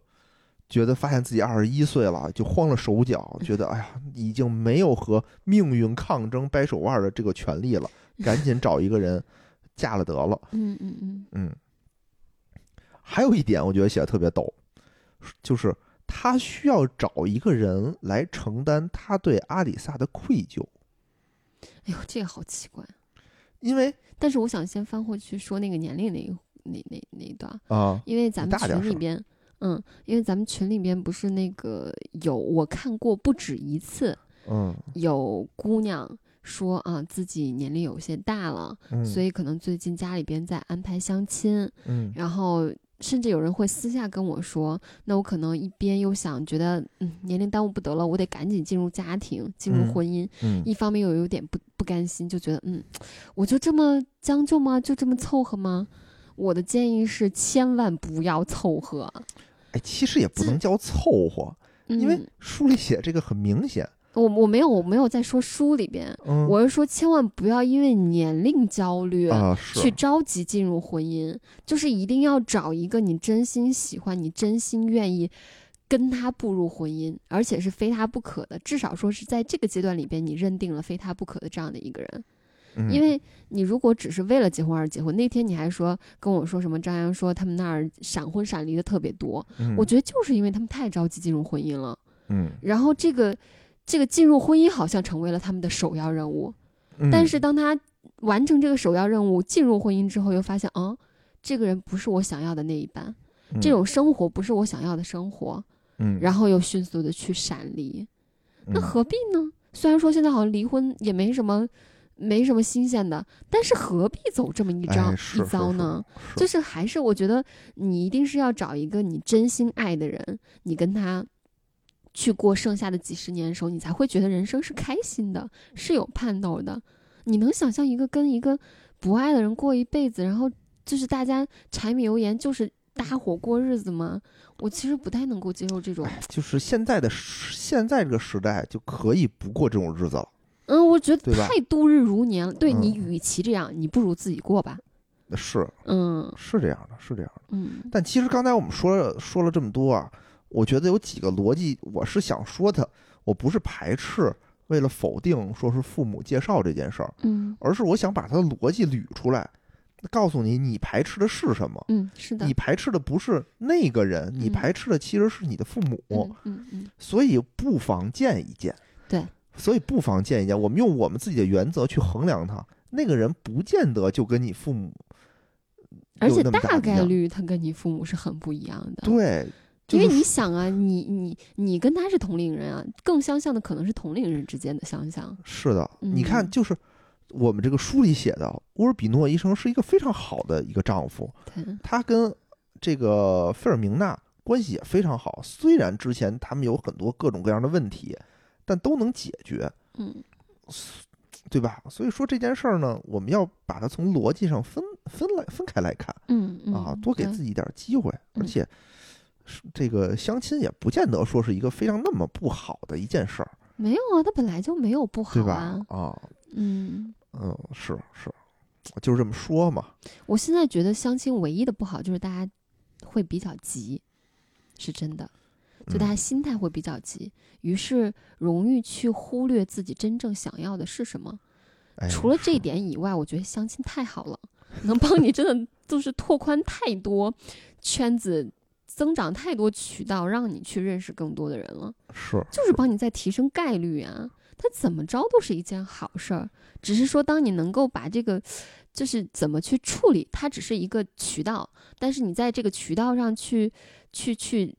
觉得发现自己二十一岁了，就慌了手脚，觉得哎呀，已经没有和命运抗争、掰手腕的这个权利了，赶紧找一个人嫁了得了。
嗯嗯嗯
嗯，还有一点我觉得写的特别逗，就是他需要找一个人来承担他对阿里萨的愧疚，
哎呦，这个好奇怪。
因为
但是我想先翻回去说那个年龄那一那那那一段，
啊、
因为咱
你
们
大点
群里
声
边，嗯，因为咱们群里边不是那个有我看过不止一次
嗯
有姑娘说啊自己年龄有些大了，
嗯，
所
以
以可能最近家里边在安排相亲，
嗯
然后甚至有人会私下跟我说，那我可能一边又想觉得，嗯，年龄耽误不得了，我得赶紧进入家庭，进入
嗯
婚姻；
嗯
一方面又有点不不甘心，就觉得，嗯，我就这么将就吗？就这么凑合吗？我的建议是千万不要凑合，
哎，其实也不能叫凑合，因为
嗯、
书里写这个很明显。
我我没有我没有在说书里边，
嗯，
我是说千万不要因为年龄焦虑。
啊
去
是
着急进入婚姻，就是一定要找一个你真心喜欢、你真心愿意跟他步入婚姻，而且是非他不可的。至少说是在这个阶段里边，你认定了非他不可的这样的一个人。
嗯
因为你如果只是为了结婚而结婚，那天你还说跟我说什么张扬说他们那儿闪婚闪离的特别多，
嗯
我觉得就是因为他们太着急进入婚姻了，
嗯，
然后这个这个进入婚姻好像成为了他们的首要任务，
嗯
但是当他完成这个首要任务进入婚姻之后，又发现啊，这个人不是我想要的那一半，这种生活不是我想要的生活，
嗯嗯，嗯
然后又迅速的去闪离，那
嗯
何必呢？虽然说现在好像离婚也没什么，没什么新鲜的，但是何必走这么一招、
哎是
一遭呢？？
是
就是是还是我觉得你一定是要找一个你真心爱的人，你跟他去过剩下的几十年的时候，你才会觉得人生是开心的，是有盼头的。你能想象一个跟一个不爱的人过一辈子，然后就是大家柴米油盐，就是搭伙过日子吗？我其实不太能够接受这 种。
哎，就是现在的时现在这个时代就可以不过这种日子了，
嗯，我觉得
对吧
太度日如年了。对
嗯
你，与其这样，你不如自己过吧。
是
嗯
是这样的，是这样的。
嗯
但其实刚才我们说了说了这么多啊，我觉得有几个逻辑，我是想说它，我不是排斥，为了否定说是父母介绍这件事儿，
嗯
而是我想把它的逻辑捋出来，告诉你你排斥的是什么。
嗯，是的
你。排斥的不是那个人，你
嗯
排斥的其实是你的父母，
嗯嗯嗯，
所以不妨见一见。
对，
所以不妨见一见。我们用我们自己的原则去衡量他，那个人不见得就跟你父母
而
有
且
那么大
大
不一
概
样
率他跟你父母是很不一样的。，
对，就
因
是
为你想啊，你你你跟他是同龄人啊，更相像的可能是同龄人之间的相像。
是的，你看，
嗯
就是我们这个书里写的，乌尔比诺医生是一个非常好的一个丈夫，
对，
他跟这个费尔明娜关系也非常好。虽然之前他们有很多各种各样的问题，但都能解决，
嗯
对吧？所以说这件事儿呢，我们要把它从逻辑上分分来分开来看
嗯嗯
啊，多给
对
自己一点机会，而
嗯
且是这个相亲也不见得说是一个非常那么不好的一件事儿，
没有啊，他本来就没有不好
对吧
啊？。
啊，
嗯，
嗯，是是，就是这么说嘛。
我现在觉得相亲唯一的不好就是大家会比较急，是真的。
嗯
就大家心态会比较急，于是容易去忽略自己真正想要的是什么。
哎
除了这一
是
点以外，我觉得相亲太好了，能帮你真的就是拓宽太多圈子，增长太多渠道，让你去认识更多的人了，
是
就是帮你在提升概率啊。它怎么着都是一件好事儿，只是说当你能够把这个，就是怎么去处理，它只是一个渠道，但是你在这个渠道上去去去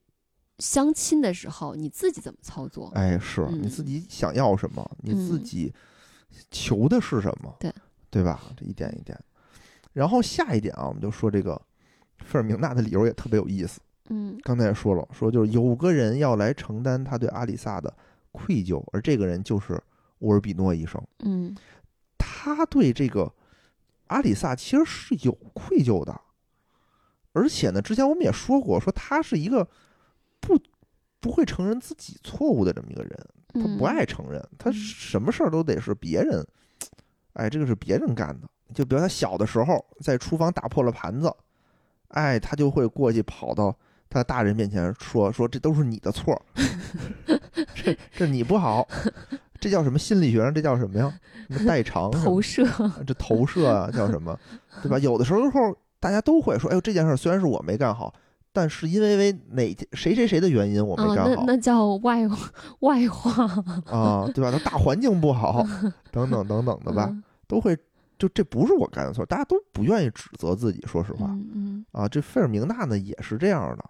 相亲的时候，你自己怎么操作？
哎是，你
嗯
自己想要什么，你自
嗯
己求的是什么，
对
对吧？这一点一点，然后下一点啊，我们就说这个费尔明娜的理由也特别有意思。
嗯
刚才也说了，说就是有个人要来承担他对阿里萨的愧疚，而这个人就是乌尔比诺医生。
嗯
他对这个阿里萨其实是有愧疚的，而且呢，之前我们也说过，说他是一个不不会承认自己错误的这么一个人，他
嗯，
不爱承认，他
嗯
什么事儿都得是别人，哎，这个是别人干的。就比如他小的时候在厨房打破了盘子，哎，他就会过去跑到他大人面前说说这都是你的错儿， 这这你不好，这叫什么心理学上这叫什么呀？什么代偿什么
投射。
这投射啊，叫什 么，对吧？有的时候大家都会说，哎呦，这件事儿虽然是我没干好，但是因为为哪谁谁谁的原因我没
嗯，
干好
那那叫外外化，
啊、对吧？它大环境不 好，等等等等的吧，
嗯？
都会就这不是我干的错，大家都不愿意指责自己，说实话
嗯嗯
啊。这费尔明娜呢也是这样的，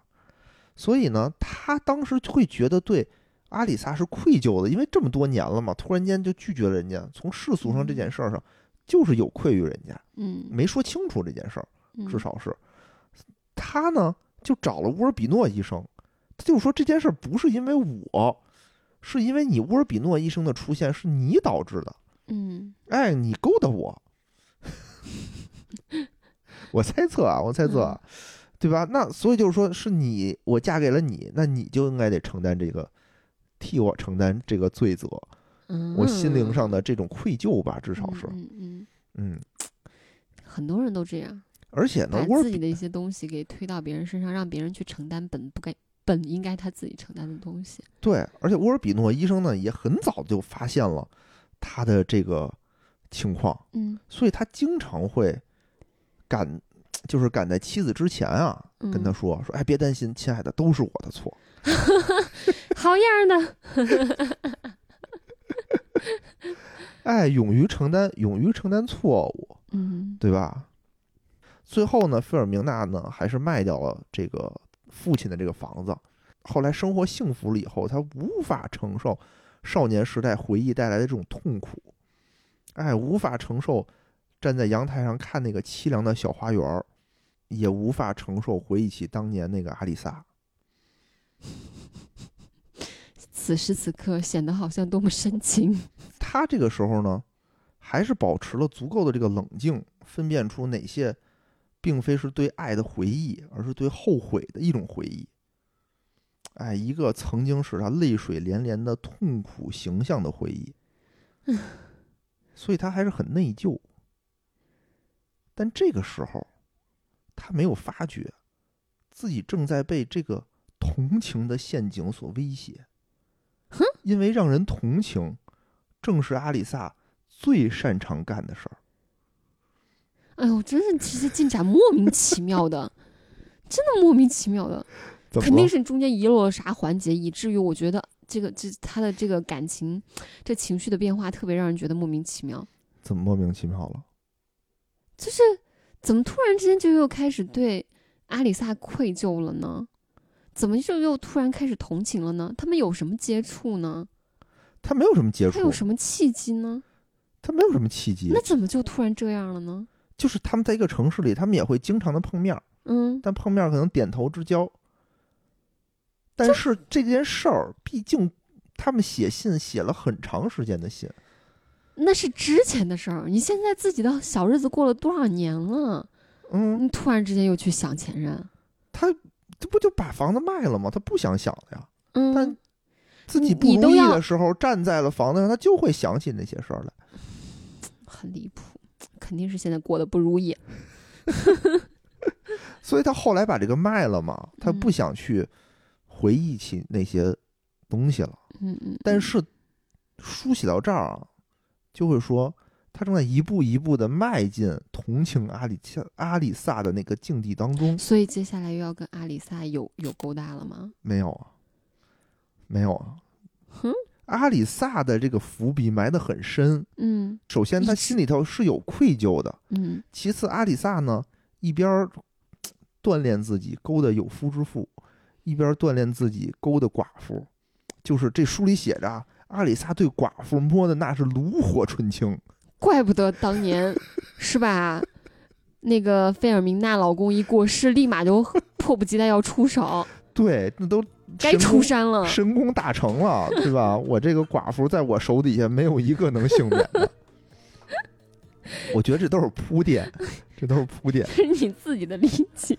所以呢，他当时会觉得对。阿里萨是愧疚的，因为这么多年了嘛，突然间就拒绝了人家，从世俗上这件事儿上，就是有愧于人家，
嗯
没说清楚这件事儿。
嗯，
至少是。他呢就找了乌尔比诺医生，他就说这件事儿不是因为我，是因为你乌尔比诺医生的出现是你导致的，
嗯
哎，你勾搭我。 我猜测啊，我猜测
嗯
啊，对吧？那所以就是说，是你我嫁给了你，那你就应该得承担这个，替我承担这个罪责，
嗯，
我心灵上的这种愧疚吧，至少是，
嗯嗯
嗯。
嗯，很多人都这样，
而且呢
把，
我
自己的一些东西给推到别人身上，让别人去承担本不该本应该他自己承担的东西。
对，而且沃尔比诺医生呢也很早就发现了他的这个情况，
嗯
所以他经常会赶，就是赶在妻子之前啊，
嗯，
跟他说说，哎，别担心，亲爱的，都是我的错。
好样 的，
哎，勇于承担，勇于承担错误，
嗯
对吧？最后呢，菲尔明娜呢还是卖掉了这个父亲的这个房子。后来生活幸福了以后，她无法承受少年时代回忆带来的这种痛苦，哎，无法承受站在阳台上看那个凄凉的小花园儿，也无法承受回忆起当年那个阿丽萨。
此时此刻显得好像多么深情。
他这个时候呢，还是保持了足够的这个冷静，分辨出哪些并非是对爱的回忆，而是对后悔的一种回忆。哎，一个曾经使他泪水连连的痛苦形象的回忆，所以他还是很内疚。但这个时候，他没有发觉自己正在被这个同情的陷阱所威胁，因为让人同情正是阿里萨最擅长干的事儿。
哎呦，真是这些进展莫名其妙的，真的莫名其妙的。
怎
肯定是中间遗漏了啥环节，以至于我觉得这个这他的这个感情，这情绪的变化特别让人觉得莫名其妙。
怎么莫名其妙了？
就是怎么突然之间就又开始对阿里萨愧疚了呢？怎么就又突然开始同情了呢？他们有什么接触呢？
他没有什么接
他
触
有，什么契机呢？
他没有什么契机
那，怎么就突然这样了呢？
就是他们在一个城市里，他们也会经常的碰面儿，
嗯，
但碰面儿可能点头之交。但是这件事儿，毕竟他们写信写了很长时间的信，
那是之前的事儿。你现在自己的小日子过了多少年了？
嗯，
你突然之间又去想前任，
他这不就把房子卖了吗？他不想想了呀，但
嗯，
自
你
己不
你
如
都
意
要
的时候，站在了房子上，他就会想起那些事儿来。
很离谱，肯定是现在过得不如意。
所以他后来把这个卖了嘛，他
嗯
不想去回忆起那些东西了。
嗯嗯，
但是书写到这儿啊，就会说他正在一步一步的迈进同情阿里恰阿里萨的那个境地当中。
所以接下来又要跟阿里萨有有勾搭了吗？
没有啊，没有啊，
哼，
阿里萨的这个伏笔埋得很深。
嗯
首先，他
一直
心里头是有愧疚的。
嗯
其次，阿里萨呢一边儿嘖锻炼自己勾搭有夫之妇，一边儿锻炼自己勾搭寡妇。就是这书里写着啊，阿里萨对寡妇摸的那是炉火纯青。
怪不得当年是吧？那个费尔明娜老公一过世，立马就迫不及待要 出手，
对，那都
该
神
出
功
山了。
神功大成了，对吧？我这个寡妇在我手底下没有一个能幸免的。我觉得这都是铺垫，这都是铺垫。
这 是你自己的理解，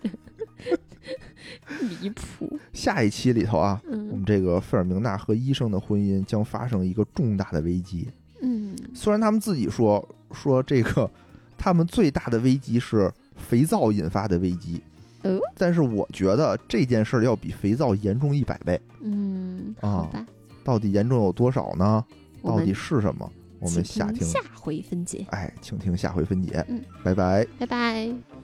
离谱。
下一期里头啊，我
嗯
们这个费尔明娜和医生的婚姻将发生一个重大的危机。
嗯，
虽然他们自己说说这个，他们最大的危机是肥皂引发的危机，
哦
但是我觉得这件事儿要比肥皂严重一百倍。
嗯，
啊
好吧，
到底严重有多少呢？
我
到底
们
是什么？我们
请
下
听
听，
下回分解。
哎，请听下回分解。
嗯
拜拜。
拜拜。